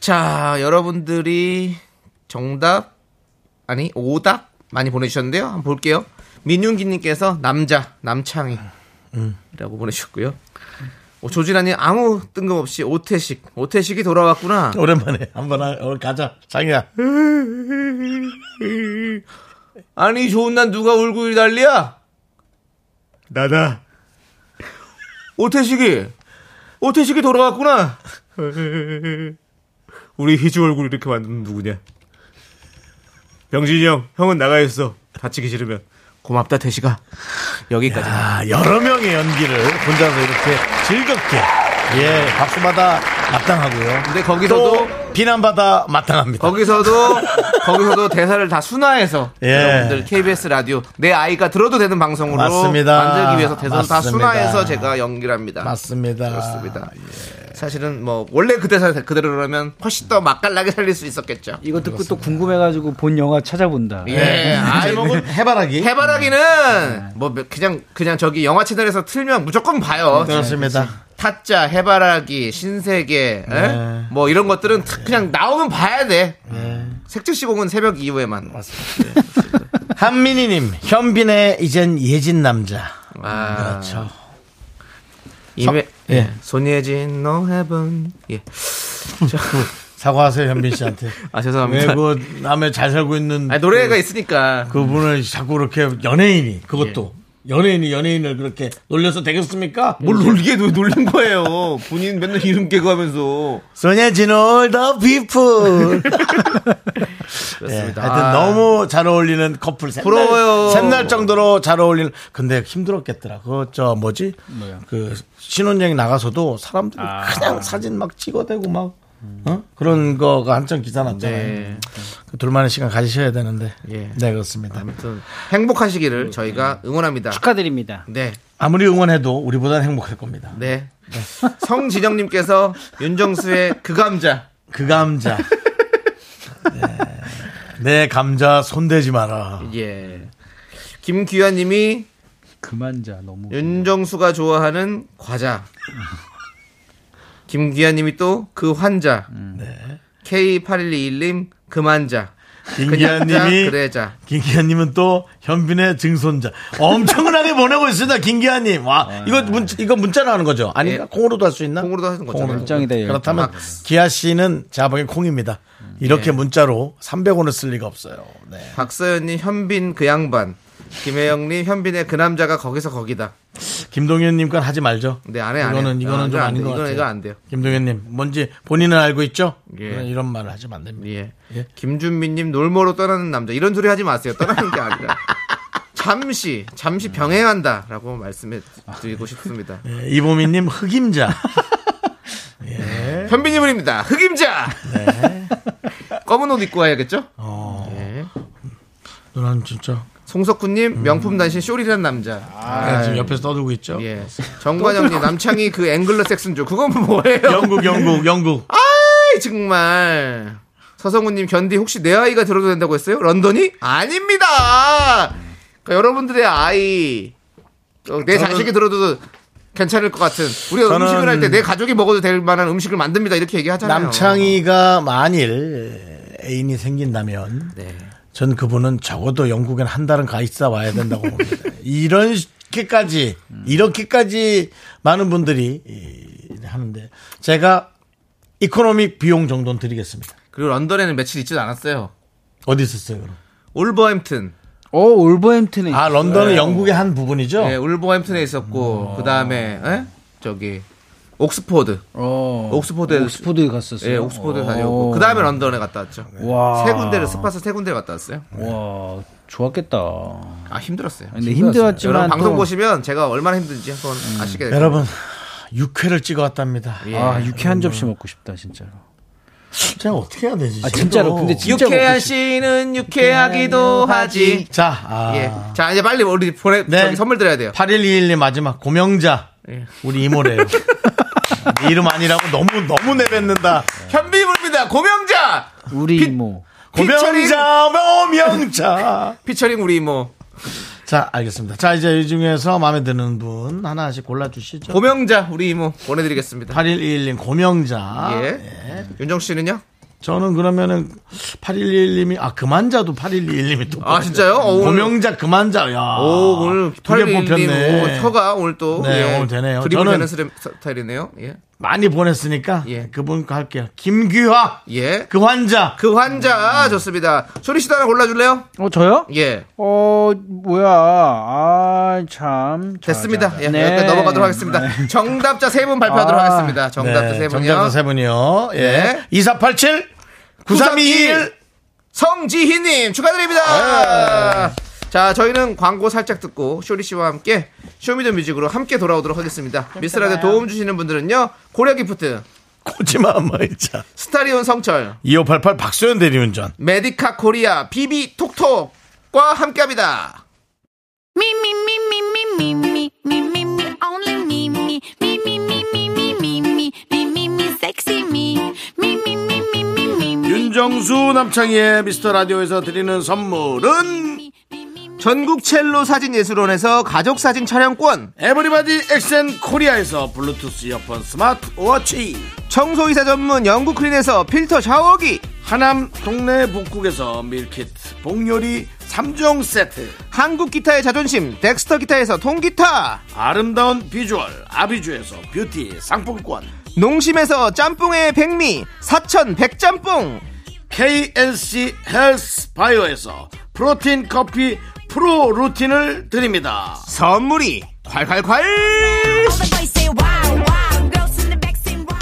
Speaker 2: 자, 여러분들이 정답 아니 오답 많이 보내주셨는데요. 한번 볼게요. 민윤기님께서 남자 남창희라고 보내주셨고요. 오, 조진아님 아무 뜬금없이 오태식 오태식이 돌아왔구나.
Speaker 1: 오랜만에 한번 하- 오늘 가자. 장이야.
Speaker 2: 아니 좋은 날 누가 울고 난리야?
Speaker 1: 나다.
Speaker 2: 오태식이 오태식이 돌아왔구나. 우리 희주 얼굴 이렇게 만드는 누구냐? 병진이 형, 형은 나가 있어. 다치기 싫으면 고맙다 태식아. 여기까지.
Speaker 1: 아, 여러 명의 연기를 혼자서 이렇게 즐겁게. 예. 박수받아 마땅하고요.
Speaker 2: 근데 거기서도
Speaker 1: 또 비난받아 마땅합니다.
Speaker 2: 거기서도 거기서도 대사를 다 순화해서
Speaker 1: 예.
Speaker 2: 여러분들 KBS 라디오 내 아이가 들어도 되는 방송으로
Speaker 1: 맞습니다.
Speaker 2: 만들기 위해서 대사를 다
Speaker 1: 맞습니다.
Speaker 2: 순화해서 제가 연기합니다.
Speaker 9: 아,
Speaker 1: 맞습니다.
Speaker 9: 예.
Speaker 2: 그렇습니다. 사실은 뭐 원래 그대 사 그대로라면 훨씬 더 맛깔나게 살릴 수 있었겠죠.
Speaker 9: 이거 듣고 또 궁금해가지고 본 영화 찾아본다. 네.
Speaker 2: 예,
Speaker 1: 네.
Speaker 2: 아,
Speaker 1: 제목은 해바라기.
Speaker 2: 해바라기는 뭐 그냥 그냥 저기 영화 채널에서 틀면 무조건 봐요.
Speaker 9: 네.
Speaker 1: 그렇습니다.
Speaker 2: 타짜, 해바라기, 신세계, 에?
Speaker 9: 네.
Speaker 2: 뭐 이런 것들은 탁 그냥 나오면 봐야 돼.
Speaker 1: 네.
Speaker 2: 색즉 시공은 새벽 이후에만.
Speaker 1: 한민희님, 현빈의 이젠 예진 남자.
Speaker 2: 아,
Speaker 1: 그렇죠.
Speaker 2: 이메,
Speaker 1: 예.
Speaker 2: 예. 손예진, no heaven. 예.
Speaker 1: 사과하세요, 현빈 씨한테.
Speaker 2: 아 죄송합니다.
Speaker 1: 왜그 남의 잘 살고 있는
Speaker 2: 아, 노래가 있으니까.
Speaker 1: 그분을 자꾸 그렇게 연예인이 그것도 연예인이 연예인을 그렇게 놀려서 되겠습니까?
Speaker 2: 뭘 놀리게 놀- 놀린 거예요. 본인 맨날 이름 개그하면서.
Speaker 1: 소녀진 all the people. 예,
Speaker 2: 그렇습니다.
Speaker 1: 하여튼
Speaker 2: 아.
Speaker 1: 너무 잘 어울리는 커플. 샘날-
Speaker 2: 부러워요.
Speaker 1: 샘날 정도로 잘 어울리는. 근데 힘들었겠더라. 그 저 뭐지? 그 신혼여행 나가서도 사람들이
Speaker 2: 아.
Speaker 1: 그냥 사진 막 찍어대고 막 어? 그런 거가 한참 기사 났잖아요.
Speaker 2: 네.
Speaker 1: 그 둘만의 시간 가지셔야 되는데.
Speaker 2: 예.
Speaker 1: 네 그렇습니다.
Speaker 2: 아무튼 행복하시기를 저희가 응원합니다.
Speaker 9: 음, 축하드립니다.
Speaker 2: 네.
Speaker 1: 아무리 응원해도 우리보다는 행복할 겁니다.
Speaker 2: 네. 성진영님께서 윤정수의 그 감자.
Speaker 1: 그 감자. 네. 내 감자 손대지 마라.
Speaker 2: 예. 김규현님이
Speaker 9: 그만 자 너무.
Speaker 2: 윤정수가 좋아하는 과자. 김규현님이 또 그 환자.
Speaker 9: 음.
Speaker 2: K8121님 그만자. 그냥 자,
Speaker 1: 김기현님이
Speaker 2: 그래자.
Speaker 1: 김기현님은 또 현빈의 증손자 엄청나게 보내고 있습니다. 김기현님 와 이거 문 이거 문자로 하는 거죠? 아니
Speaker 2: 예.
Speaker 1: 가 콩으로도 할 수 있나?
Speaker 2: 아, 네. 콩으로도 네, 하는 거죠.
Speaker 1: 콩으로도.
Speaker 9: 열정이다, 열정.
Speaker 1: 그렇다면
Speaker 2: 박스.
Speaker 1: 기아 씨는 제가 보기엔 콩입니다. 이렇게
Speaker 2: 예.
Speaker 1: 문자로 300원을 쓸 리가 없어요. 네.
Speaker 2: 박서연님 현빈 그 양반. 김혜영님 현빈의 그 남자가 거기서 거기다.
Speaker 1: 김동현님 건 하지 말죠.
Speaker 2: 네, 안 해, 안 해.
Speaker 1: 이거는 이거는
Speaker 2: 아,
Speaker 1: 좀
Speaker 2: 이거 안
Speaker 1: 아닌
Speaker 2: 돼.
Speaker 1: 것
Speaker 2: 이거는
Speaker 1: 같아요.
Speaker 2: 이거 안 돼요.
Speaker 1: 김동현님 뭔지 본인은 알고 있죠?
Speaker 2: 예.
Speaker 1: 이런 말을 하시면 안 됩니다.
Speaker 2: 예.
Speaker 1: 예.
Speaker 2: 김준민님 놀모로 떠나는 남자 이런 소리 하지 마세요. 떠나는 게 아니라 잠시 잠시 병행한다라고 말씀해 드리고 싶습니다.
Speaker 1: 예, 이보미님 흑임자.
Speaker 2: 현빈이분입니다. 흑임자. 검은 옷 입고 와야겠죠?
Speaker 1: 네. 어,
Speaker 2: 예.
Speaker 1: 누나는 진짜
Speaker 2: 송석구님 명품 단신 쇼리란 남자.
Speaker 1: 음. 아, 지금 옆에서 떠들고 있죠.
Speaker 2: 예. 정관영님 남창이 그 앵글러 섹슨조 그건 뭐예요?
Speaker 1: 영국, 영국, 영국.
Speaker 2: 아이, 정말. 서성우님 견디 혹시 내 아이가 들어도 된다고 했어요? 런던이? 아닙니다. 그러니까 여러분들의 아이 어, 내 자식이 들어도 괜찮을 것 같은 우리가
Speaker 1: 저는-
Speaker 2: 음식을 할 때 내 가족이 먹어도 될 만한 음식을 만듭니다 이렇게 얘기하잖아요.
Speaker 1: 남창희가 만일 애인이 생긴다면
Speaker 2: 네.
Speaker 1: 전 그분은 적어도 영국엔 한 달은 가 있어 와야 된다고 봅니다. 이렇게까지 이렇게까지 많은 분들이 이, 하는데 제가 이코노믹 비용 정도는 드리겠습니다.
Speaker 2: 그리고 런던에는 며칠 있지도 않았어요.
Speaker 1: 어디 있었어요? 그럼?
Speaker 2: 올버햄튼,
Speaker 9: 어 올버햄튼에.
Speaker 1: 아
Speaker 9: 네.
Speaker 1: 런던은 영국의 한 부분이죠.
Speaker 2: 예, 올버햄튼에 있었고 그 다음에 저기 옥스포드,
Speaker 9: 어.
Speaker 2: 옥스포드에-
Speaker 9: 옥스포드에 갔었어요.
Speaker 2: 예, 옥스포드
Speaker 9: 어.
Speaker 2: 다녀오고 그 다음에 런던에 갔다 왔죠.
Speaker 9: 와.
Speaker 2: 세 군데를 스파서 세 군데 갔다 왔어요.
Speaker 9: 와 좋았겠다.
Speaker 2: 아 힘들었어요.
Speaker 9: 근데 네, 힘들었지만
Speaker 2: 여러분 방송
Speaker 9: 또-
Speaker 2: 보시면 제가 얼마나 힘든지 한번 아시게 될
Speaker 1: 여러분 육회를 찍어왔답니다.
Speaker 2: 거예요. 예.
Speaker 9: 아 육회 한 접시 먹고 싶다 진짜로.
Speaker 1: 제가 어떻게 해야 되지?
Speaker 9: 아
Speaker 1: 지금?
Speaker 9: 진짜로 근데 진짜
Speaker 2: 유쾌한
Speaker 9: 먹고 싶.
Speaker 2: 씨는 유쾌하기도 하지.
Speaker 1: 자, 아,
Speaker 2: 예. 자 이제 빨리 우리 보내
Speaker 1: 네.
Speaker 2: 저기 선물 드려야 돼요.
Speaker 1: 8121님 마지막 고명자
Speaker 2: 예.
Speaker 1: 우리 이모래요. 네 이름 아니라고 너무 너무 내뱉는다.
Speaker 2: 예. 현비물입니다. 고명자
Speaker 9: 우리 이모.
Speaker 1: 고명자 고명자.
Speaker 2: 피처링 우리 이모
Speaker 1: 자 알겠습니다. 자 이제 이 중에서 마음에 드는 분 하나씩 골라주시죠.
Speaker 2: 고명자 우리 이모 보내드리겠습니다.
Speaker 1: 8121님 고명자. 네.
Speaker 2: 예. 윤정 씨는요?
Speaker 1: 저는 그러면은 8121님이 아 그만자도 8121님이 또.
Speaker 2: 아 진짜요? 어, 오늘-
Speaker 1: 고명자 그만자 야.
Speaker 2: 오 오늘
Speaker 1: 두개
Speaker 2: 8121 님,
Speaker 1: 뽑혔네.
Speaker 2: 오, 혀가 오늘 또 예.
Speaker 1: 네, 오늘 되네요.
Speaker 2: 드리블
Speaker 1: 저는-
Speaker 2: 되는 스레- 스타일이네요. 예.
Speaker 1: 많이 보냈으니까
Speaker 2: 예.
Speaker 1: 그분 거 할게요. 김규화
Speaker 2: 예. 그,
Speaker 1: 그 환자
Speaker 2: 환자 좋습니다. 소리 씨도 하나 골라줄래요?
Speaker 9: 어 저요?
Speaker 2: 예.
Speaker 9: 어 뭐야 아, 아참 네.
Speaker 2: 됐습니다. 예, 여기까지 넘어가도록 하겠습니다. 정답자 세 분 발표하도록
Speaker 9: 아,
Speaker 2: 하겠습니다. 정답자
Speaker 1: 네,
Speaker 2: 세 분이요.
Speaker 1: 정답자 세 분이요. 예.
Speaker 2: 네.
Speaker 1: 2487 9321
Speaker 2: 성지희님 축하드립니다.
Speaker 9: 네.
Speaker 2: 자, 저희는 광고 살짝 듣고 쇼리 씨와 함께 쇼미더뮤직으로 함께 돌아오도록 하겠습니다. 미스라드 도움 주시는 분들은요. 고려기프트,
Speaker 1: 코지마 마이자
Speaker 2: 스타리온 성철,
Speaker 1: 2588 박소연 대리운전
Speaker 2: 메디카 코리아, 비비톡톡과 함께합니다.
Speaker 7: Me, me, me, me, me, me, me, me, me, me, only me, me, me, me, me, me, me, me, me, me, me,
Speaker 1: 윤정수 남창희의 미스터 라디오에서 드리는 선물은
Speaker 2: 전국 첼로 사진 예술원에서 가족 사진 촬영권,
Speaker 1: 에브리바디 엑센 코리아에서 블루투스 이어폰 스마트 워치
Speaker 2: 청소이사 전문 영국 클린에서 필터 샤워기,
Speaker 1: 하남 동네 북국에서 밀키트 복요리 3종 세트
Speaker 2: 한국 기타의 자존심 덱스터 기타에서 통기타,
Speaker 1: 아름다운 비주얼 아비주에서 뷰티 상품권
Speaker 2: 농심에서 짬뽕의 백미 사천 백짬뽕,
Speaker 1: KNC 헬스 바이오에서 프로틴 커피 프로 루틴을 드립니다
Speaker 2: 선물이 콸콸콸!
Speaker 7: All the boys say wow, wow. Girls in the back say wow.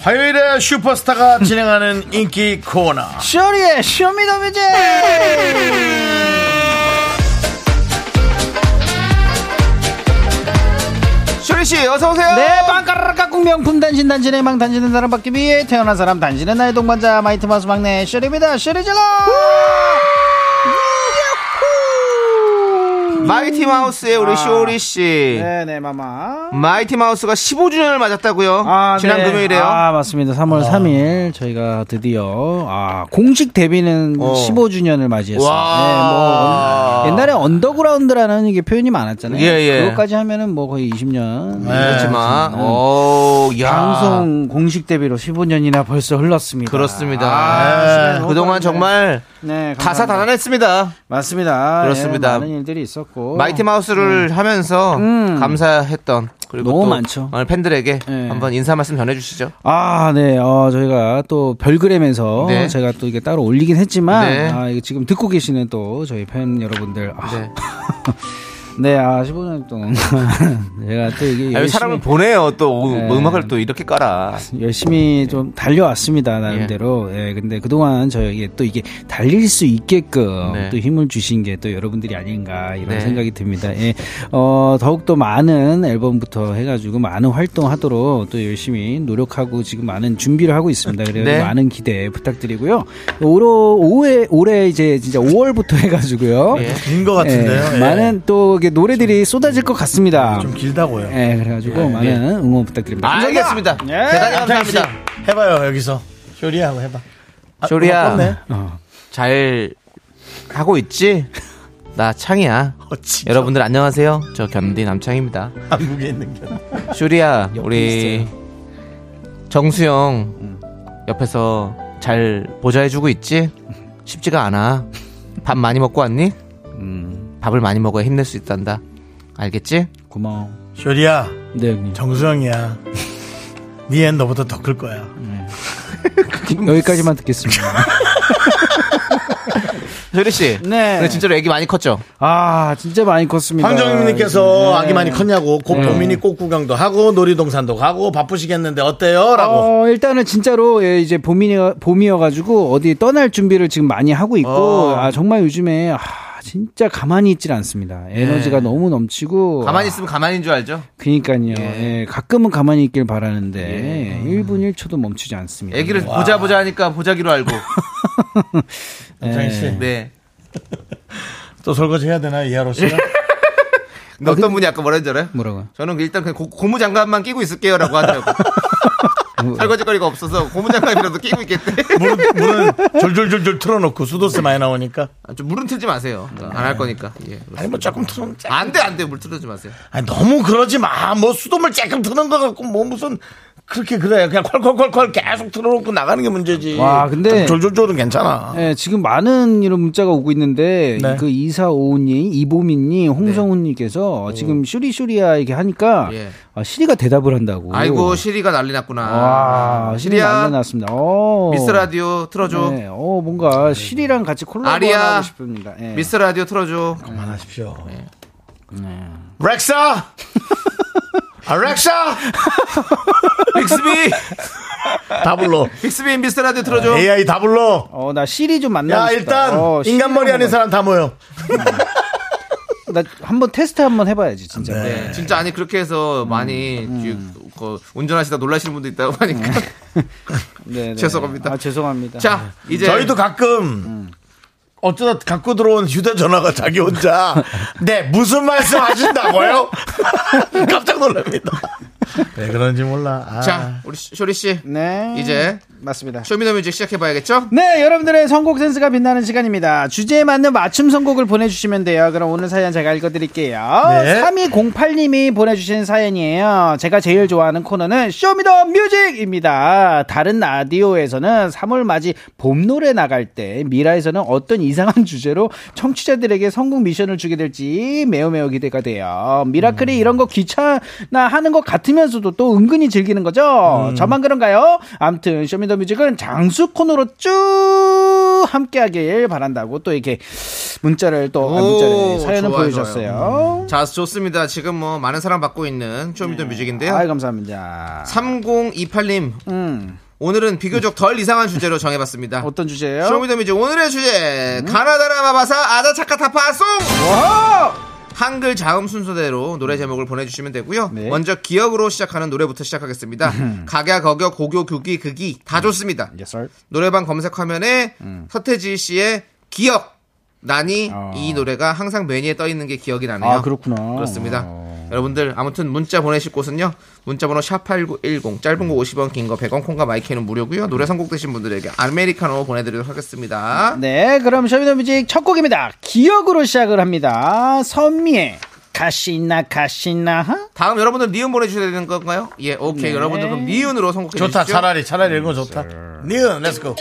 Speaker 1: 화요일에 슈퍼스타가 진행하는 인기 코너
Speaker 9: 쇼리의 쇼미더뮤직
Speaker 2: 쇼리 씨 어서 오세요.
Speaker 9: 네 빵가락 깍꿍 명품 단신 단신의 망 단신은 사람 받기 위해 태어난 사람 단신은 나의 동반자 마이트 마우스 막내 쇼리입니다 쇼리질러
Speaker 2: 마이티 마우스의 우리 쇼리 씨.
Speaker 9: 아. 네네 마마
Speaker 2: 마이티 마우스가 15주년을 맞았다고요.
Speaker 9: 아,
Speaker 2: 지난
Speaker 9: 네.
Speaker 2: 금요일에요.
Speaker 9: 아 맞습니다 3월 3일 저희가 드디어 아 공식 데뷔는 15주년을 맞이했어요
Speaker 2: 어. 와.
Speaker 9: 네, 뭐 옛날에 언더그라운드라는 이게 표현이 많았잖아요
Speaker 2: 예, 예.
Speaker 9: 그것까지 하면은 뭐 거의 20년
Speaker 2: 네.
Speaker 9: 네.
Speaker 2: 그렇지만 오, 야.
Speaker 9: 방송 공식 데뷔로 15년이나 벌써 흘렀습니다.
Speaker 2: 그렇습니다.
Speaker 9: 아,
Speaker 2: 네. 그동안 정말
Speaker 9: 네, 감사합니다.
Speaker 2: 다사다난했습니다.
Speaker 9: 맞습니다.
Speaker 2: 그렇습니다.
Speaker 9: 예, 많은 일들이 있었고
Speaker 2: 마이티 마우스를 하면서
Speaker 9: 음.
Speaker 2: 감사했던 그리고
Speaker 9: 너무
Speaker 2: 또
Speaker 9: 많죠.
Speaker 6: 오늘 팬들에게
Speaker 9: 네.
Speaker 6: 한번 인사 말씀 전해주시죠.
Speaker 9: 아, 네. 어, 저희가 또 별그램에서
Speaker 6: 네.
Speaker 9: 제가 또 이게 따로 올리긴 했지만
Speaker 6: 네.
Speaker 9: 아, 이게 지금 듣고 계시는 또 저희 팬 여러분들. 아,
Speaker 6: 네.
Speaker 9: 네. 아, 15년 동안 제가 또 이게
Speaker 6: 아, 왜
Speaker 9: 예, 열심히,
Speaker 6: 사람을 보내요. 또 오-
Speaker 9: 네.
Speaker 6: 뭐 음악을 또 이렇게 깔아.
Speaker 9: 열심히 좀 달려왔습니다 나름대로. 예. 근데 그동안 저에게 또 이게 달릴 수 있게끔
Speaker 6: 네.
Speaker 9: 또 힘을 주신 게 또 여러분들이 아닌가 이런
Speaker 6: 네.
Speaker 9: 생각이 듭니다. 예. 어, 더욱 더 많은 앨범부터 해가지고 많은 활동하도록 또 열심히 노력하고 지금 많은 준비를 하고 있습니다. 그래서
Speaker 6: 네.
Speaker 9: 많은 기대 부탁드리고요. 오로 올해 올해 이제 진짜 5월부터 해가지고요.
Speaker 6: 예.
Speaker 1: 긴 것 같은데요
Speaker 9: 예,
Speaker 1: 예.
Speaker 9: 많은 또 이게 노래들이 쏟아질 것 같습니다.
Speaker 1: 좀 길다고요
Speaker 9: 예, 그래가지고
Speaker 1: 네.
Speaker 9: 많은 응원 부탁드립니다.
Speaker 1: 아!
Speaker 2: 알겠습니다.
Speaker 9: 예.
Speaker 2: 대단히
Speaker 1: 남창희 씨,
Speaker 2: 감사합니다.
Speaker 1: 해봐요 여기서 쇼리하고 해봐 아,
Speaker 6: 쇼리야.
Speaker 2: 뭐
Speaker 1: 음악 껐네.
Speaker 6: 잘 하고 있지? 나 창이야.
Speaker 1: 어, 진짜.
Speaker 6: 여러분들 안녕하세요. 저 견디 남창입니다.
Speaker 1: 한국에 있는 게
Speaker 6: 슈리야 우리 정수영 옆에서 잘 보좌해주고 있지? 쉽지가 않아. 밥 많이 먹고 왔니?
Speaker 2: 음.
Speaker 6: 밥을 많이 먹어야 힘낼 수 있단다. 알겠지?
Speaker 9: 고마워.
Speaker 1: 쇼리야
Speaker 9: 네, 형님.
Speaker 1: 정수영이야 니엔 너보다 더 클 거야
Speaker 9: 여기까지만 듣겠습니다.
Speaker 6: 슈리 씨.
Speaker 9: 네.
Speaker 6: 근데 진짜로 애기 많이 컸죠?
Speaker 9: 아, 진짜 많이 컸습니다.
Speaker 1: 황정민님께서
Speaker 9: 네.
Speaker 1: 아기 많이 컸냐고 곧 도민이 꽃구경도 하고 놀이동산도 가고 바쁘시겠는데 어때요?라고
Speaker 9: 어, 일단은 진짜로 예, 이제 봄이 봄이어가지고 어디 떠날 준비를 지금 많이 하고 있고
Speaker 1: 어.
Speaker 9: 아 정말 요즘에 아, 진짜 가만히 있질 않습니다.
Speaker 1: 예.
Speaker 9: 에너지가 너무 넘치고
Speaker 6: 가만히 있으면 가만히인 줄 알죠?
Speaker 1: 예.
Speaker 9: 그니까요. 예, 가끔은 가만히 있길 바라는데 1분 1초도 멈추지 않습니다.
Speaker 2: 음.
Speaker 6: 애기를 보자 보자 하니까 보자기로 알고.
Speaker 9: 예.
Speaker 1: 남창희 씨또
Speaker 6: 네.
Speaker 1: 설거지 해야 되나 요 이하로 씨가
Speaker 2: 근데 어떤 분이 아까 뭐라 했잖아요?
Speaker 9: 뭐라고요?
Speaker 2: 저는 일단 그냥 고, 고무장갑만 끼고 있을게요라고 하더라고. 설거지거리가 없어서 고무장갑이라도 끼고 있겠대.
Speaker 1: 물은, 물은 졸졸졸졸 틀어놓고 수도세 많이 나오니까
Speaker 2: 아, 좀 물은 틀지 마세요.
Speaker 9: 네.
Speaker 2: 안 할 거니까. 예.
Speaker 1: 아니 뭐 조금 틀어
Speaker 2: 안돼 안돼 물 틀지 마세요.
Speaker 1: 아니 너무 그러지 마뭐 수돗물 조금 트는 거 같고 뭐 무슨 그렇게 그래 그냥 콸콸콸콸 계속 틀어놓고 나가는 게 문제지
Speaker 9: 와,
Speaker 1: 좀
Speaker 9: 근데-
Speaker 1: 졸졸졸은 괜찮아
Speaker 9: 네, 지금 많은 이런 문자가 오고 있는데
Speaker 1: 네.
Speaker 9: 그 이사오님, 이보민님, 홍성훈님께서 지금 슈리슈리야 이렇게 하니까
Speaker 2: 네. 예.
Speaker 9: 아, 시리가 대답을 한다고.
Speaker 2: 아이고 시리가 난리 났구나.
Speaker 9: 와, 시리
Speaker 2: 시리야
Speaker 9: 난리났습니다. 어.
Speaker 2: 미스 라디오 틀어줘.
Speaker 9: 네, 어 뭔가 시리랑 같이 콜라보
Speaker 2: 아리아.
Speaker 9: 하고 싶습니다. 예.
Speaker 2: 미스 라디오 틀어줘.
Speaker 9: 네.
Speaker 1: 그만하십시오 렉사 아 렉사
Speaker 2: 빅스비
Speaker 1: 다 불러
Speaker 2: 빅스비 미스 라디오 틀어줘.
Speaker 9: 네.
Speaker 1: AI 다 불러
Speaker 9: 어, 나 시리 좀 만나고
Speaker 1: 야
Speaker 9: 싶다.
Speaker 1: 일단
Speaker 9: 어, 시리
Speaker 1: 인간 머리
Speaker 9: 한번
Speaker 1: 아닌 사람 다 모여
Speaker 9: 나 한번 테스트 한번 해봐야지 진짜.
Speaker 2: 네, 진짜 아니 그렇게
Speaker 9: 음.
Speaker 2: 해서 많이 그, 그, 운전하시다 놀라시는 분도 있다고 하니까
Speaker 9: 네, 네.
Speaker 2: 죄송합니다. 네.
Speaker 9: 아, 죄송합니다.
Speaker 2: 자 이제
Speaker 1: 저희도 가끔 어쩌다 갖고 들어온 휴대전화가 자기 혼자 네 무슨 말씀 하신다고요? 깜짝 놀랍니다. 왜 그런지 몰라. 아.
Speaker 2: 자, 우리 쇼리 씨
Speaker 9: 네.
Speaker 2: 이제
Speaker 9: 맞습니다.
Speaker 2: 쇼미더뮤직 시작해봐야겠죠?
Speaker 9: 네, 여러분들의 선곡 센스가 빛나는 시간입니다. 주제에 맞는 맞춤 선곡을 보내주시면 돼요. 그럼 오늘 사연 제가 읽어드릴게요.
Speaker 1: 네.
Speaker 9: 3208님이 보내주신 사연이에요. 제가 제일 좋아하는 코너는 쇼미더 뮤직입니다. 다른 라디오에서는 3월 맞이 봄 노래 나갈 때 미라에서는 어떤 이상한 주제로 청취자들에게 성공 미션을 주게 될지 매우 매우 기대가 돼요. 미라클이 이런 거 귀찮아 하는 것 같으면서도 또 은근히 즐기는 거죠.
Speaker 2: 음.
Speaker 9: 저만 그런가요? 암튼 쇼미더 뮤직은 장수 코너로 쭉 함께하길 바란다고 또 이렇게 문자를 또 아, 문자를
Speaker 2: 오,
Speaker 9: 사연을
Speaker 2: 좋아요, 음.
Speaker 9: 보여줬어요.
Speaker 2: 자, 좋습니다. 지금 뭐 많은 사랑 받고 있는 쇼미더뮤직인데요.
Speaker 9: 아 감사합니다.
Speaker 2: 3028님
Speaker 9: 음
Speaker 2: 오늘은 비교적 덜 이상한 주제로 정해봤습니다.
Speaker 9: 어떤 주제예요?
Speaker 2: 쇼미더뮤직 오늘의 주제 가나다라 마바사 아다차카타파송
Speaker 9: 뭐?
Speaker 2: 한글 자음 순서대로 노래 제목을 보내주시면 되고요.
Speaker 9: 네. 음.
Speaker 2: 먼저 기억으로 시작하는 노래부터 시작하겠습니다. 각야 거겨 고교 교기 극이 다 좋습니다.
Speaker 9: Yes, sir.
Speaker 2: 노래방 검색 화면에
Speaker 9: 음.
Speaker 2: 서태지 씨의 기억 난이
Speaker 9: 어.
Speaker 2: 이 노래가 항상 메뉴에 떠 있는 게 기억이 나네요.
Speaker 9: 아 그렇구나.
Speaker 2: 그렇습니다. 여러분들 아무튼 문자 보내실 곳은요. 문자번호 샵8910 짧은 거 50원 긴 거 100원 콩과 마이크는 무료고요. 노래 선곡되신 분들에게 아메리카노 보내드리도록 하겠습니다.
Speaker 9: 네, 그럼 쇼미더뮤직 첫 곡입니다. 기억으로 시작을 합니다. 선미의 가시나 가시나.
Speaker 2: 다음 여러분들 니은 보내주셔야 되는 건가요? 예, 오케이 여러분들 그럼 니은으로 선곡해 주시죠. 네.
Speaker 1: 좋다 차라리 차라리 이건 좋다. 니은 렛츠고.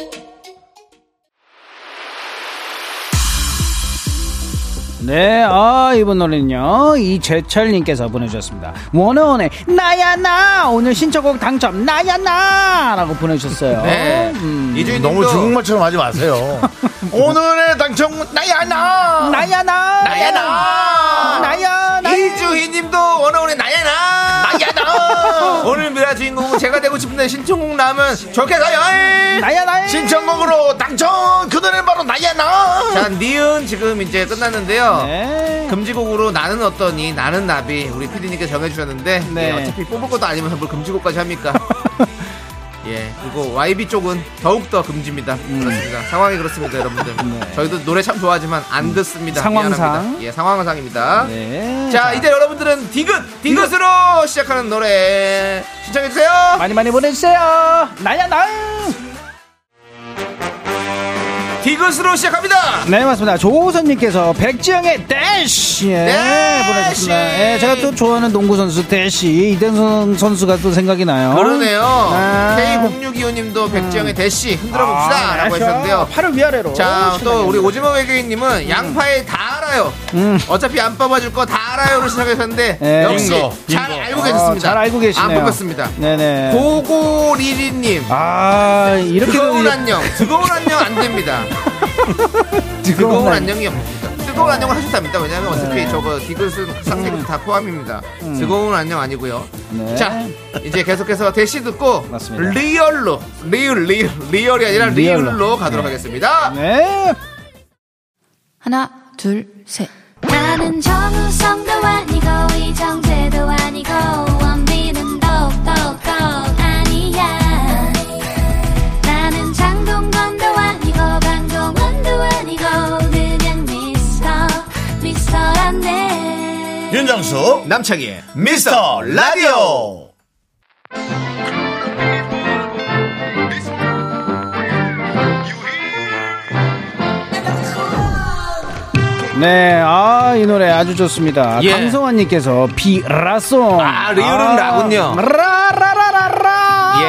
Speaker 9: 네, 아 이번 노래는요 이재철님께서 보내주셨습니다. 원어원의 나야 나 오늘 신청곡 당첨 나야 나라고 보내주셨어요.
Speaker 2: 네, 이주인
Speaker 1: 너무
Speaker 2: 님도
Speaker 1: 중국말처럼 하지 마세요. 오늘의 당첨 나야 나.
Speaker 9: 나야 나 예.
Speaker 2: 나야 나!
Speaker 9: 나야 나
Speaker 2: 이주희님도 원어원의 나야나 나야나 오늘 미라 주인공은 제가 되고 싶은데 신청곡 나면 좋게 가요.
Speaker 9: 나야 나
Speaker 1: 신청곡으로 당첨 그 노래 바로 나야 나.
Speaker 2: 자 니은 지금 이제 끝났는데요.
Speaker 9: 네.
Speaker 2: 금지곡으로 나는 어떠니 나는 나비 우리 피디님께 정해주셨는데
Speaker 9: 네.
Speaker 2: 예, 어차피 뽑을 것도 아니면서 뭘 금지곡까지 합니까? 예 그리고 YB 쪽은 더욱 더 금지입니다.
Speaker 9: 음.
Speaker 2: 그렇습니다. 상황이 그렇습니다, 여러분들. 저희도 노래 참 좋아하지만 안 듣습니다.
Speaker 9: 네. 음. 상황상.
Speaker 2: 미안합니다. 예 상황상입니다.
Speaker 9: 네.
Speaker 2: 자 이제 여러분들은 디귿 디귿으로 시작하는 노래 신청해 주세요.
Speaker 9: 많이 많이 보내주세요. 나야 나.
Speaker 2: 디귿으로 시작합니다.
Speaker 9: 네 맞습니다. 조호선님께서 백지영의 대시 예,
Speaker 2: 대쉬!
Speaker 9: 보내주셨습니다. 예, 제가 또 좋아하는 농구 선수 대시 이den선 선수가 또 생각이 나요.
Speaker 2: 그러네요.
Speaker 9: 아. 음.
Speaker 2: K0625님도 백지영의 대시 흔들어 봅시다라고 했었는데요.
Speaker 9: 팔을 위아래로.
Speaker 2: 자, 또
Speaker 9: 아, 신나게
Speaker 2: 우리 오징어
Speaker 9: 음.
Speaker 2: 외계인님은 양파에 다 알아요. 어차피 안 뽑아줄 거 다 알아요로 시작했었는데
Speaker 9: 예.
Speaker 2: 역시
Speaker 1: 빙고,
Speaker 2: 잘
Speaker 1: 빙고.
Speaker 2: 알고 계셨습니다.
Speaker 9: 어, 잘 알고 계시네요.
Speaker 2: 안 뽑혔습니다.
Speaker 9: 네네.
Speaker 2: 고고리리님.
Speaker 9: 아 이렇게
Speaker 2: 뜨거운 안녕. 뜨거운 안녕 안 됩니다. 뜨거운 안녕이 없습니다. 뜨거운 안녕을 하셨답니다. 왜냐하면
Speaker 9: 네.
Speaker 2: 어차피 저거
Speaker 9: 음.
Speaker 2: 디귿은 싹세금 다 포함입니다. 뜨거운 안녕 아니고요.
Speaker 9: 네.
Speaker 2: 자 이제 계속해서 대시 듣고
Speaker 9: 맞습니다.
Speaker 2: 리얼로 리얼 리얼 리얼이 아니라
Speaker 9: 리얼로.
Speaker 2: 리얼로, 가도록 하겠습니다.
Speaker 9: 네.
Speaker 7: 하나, 둘, 셋.
Speaker 10: 나는 정우성도 아니고 이정재도 아니고 원빈은 더욱더 아니야 나는 장동건도 아니고 방종원도 아니고 그냥 미스터 미스터란데
Speaker 1: 윤정수
Speaker 2: 남창희의
Speaker 1: 미스터 라디오.
Speaker 9: 네, 아 이 노래 아주 좋습니다.
Speaker 2: 예.
Speaker 9: 강성환님께서 비라송.
Speaker 2: 아, 리얼은 라군요.
Speaker 9: 라라라라라.
Speaker 2: 예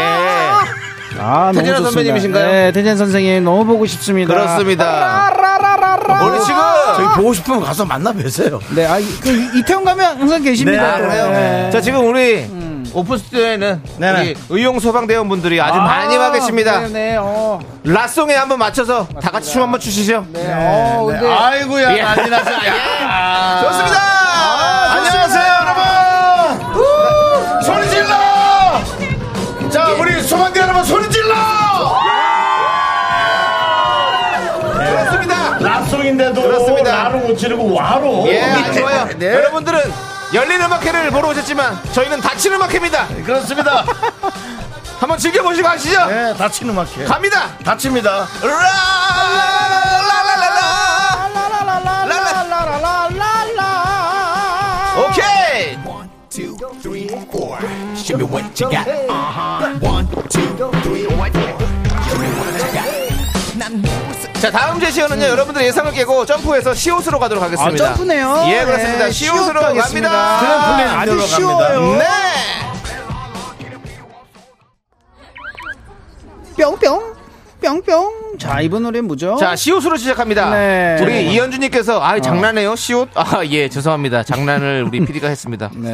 Speaker 9: 아, 너무
Speaker 2: 태진아
Speaker 9: 좋습니다.
Speaker 2: 선배님이신가요?
Speaker 9: 네, 태진 선생님 너무 보고 싶습니다.
Speaker 2: 그렇습니다. 어,
Speaker 9: 라라라라라.
Speaker 2: 오늘 지금 아,
Speaker 1: 저희 보고 싶으면 가서 만나 뵈세요.
Speaker 9: 네, 아, 이- 그 이태원 가면 항상 계십니다.
Speaker 2: 아, 그래요?
Speaker 9: 네. 음.
Speaker 2: 자 지금 우리 오픈 스튜디오에는
Speaker 1: 네네.
Speaker 2: 우리 의용 소방대원분들이 아주 많이 와 계십니다.
Speaker 9: 네, 네, 어.
Speaker 2: 라송에 한번 맞춰서 다 같이 춤 한번 추시죠.
Speaker 9: 네, 어, 근데
Speaker 1: 아이고야
Speaker 2: 예.
Speaker 1: 난리 났어. 아.
Speaker 2: 좋습니다.
Speaker 1: 안녕하세요 여러분. 우! 소리 질러. 자 우리 소방대 여러분 소리 질러.
Speaker 2: 좋습니다.
Speaker 1: 랍송인데도
Speaker 2: 그렇습니다.
Speaker 1: 라로 못 지르고 와로.
Speaker 2: 예, 아, 좋아요. 여러분들은 열린 음악회를 보러 오셨지만 저희는 닫힌 음악회입니다.
Speaker 1: 그렇습니다.
Speaker 2: 한번 즐겨보시고 하시죠.
Speaker 1: 예, 다치는 음악해.
Speaker 2: 갑니다.
Speaker 1: 다칩니다.
Speaker 2: 아, 라라라라라
Speaker 11: two, three, four. Show me what you got. Uh-huh. One, two, three, four. Show me what you got. 난 무슨
Speaker 2: 자 다음 제시어는요 여러분들 예상을 깨고 점프해서 시옷으로 가도록 하겠습니다.
Speaker 9: 아, 점프네요.
Speaker 2: 예 그렇습니다.
Speaker 9: 네,
Speaker 2: 시옷으로
Speaker 9: 시옷도 하겠습니다.
Speaker 2: 갑니다.
Speaker 9: 트램폴린 아주
Speaker 2: 들어갑니다.
Speaker 9: 쉬워요.
Speaker 2: 네.
Speaker 9: 뿅뿅 뿅뿅. 자 이번 노래 뭐죠?
Speaker 6: 자, 시옷으로 시작합니다.
Speaker 9: 어? 네. 어.
Speaker 6: 우리 이현주님께서 아 장난해요 시옷? 아 예 죄송합니다. 장난을 우리 PD가 했습니다.
Speaker 9: 네.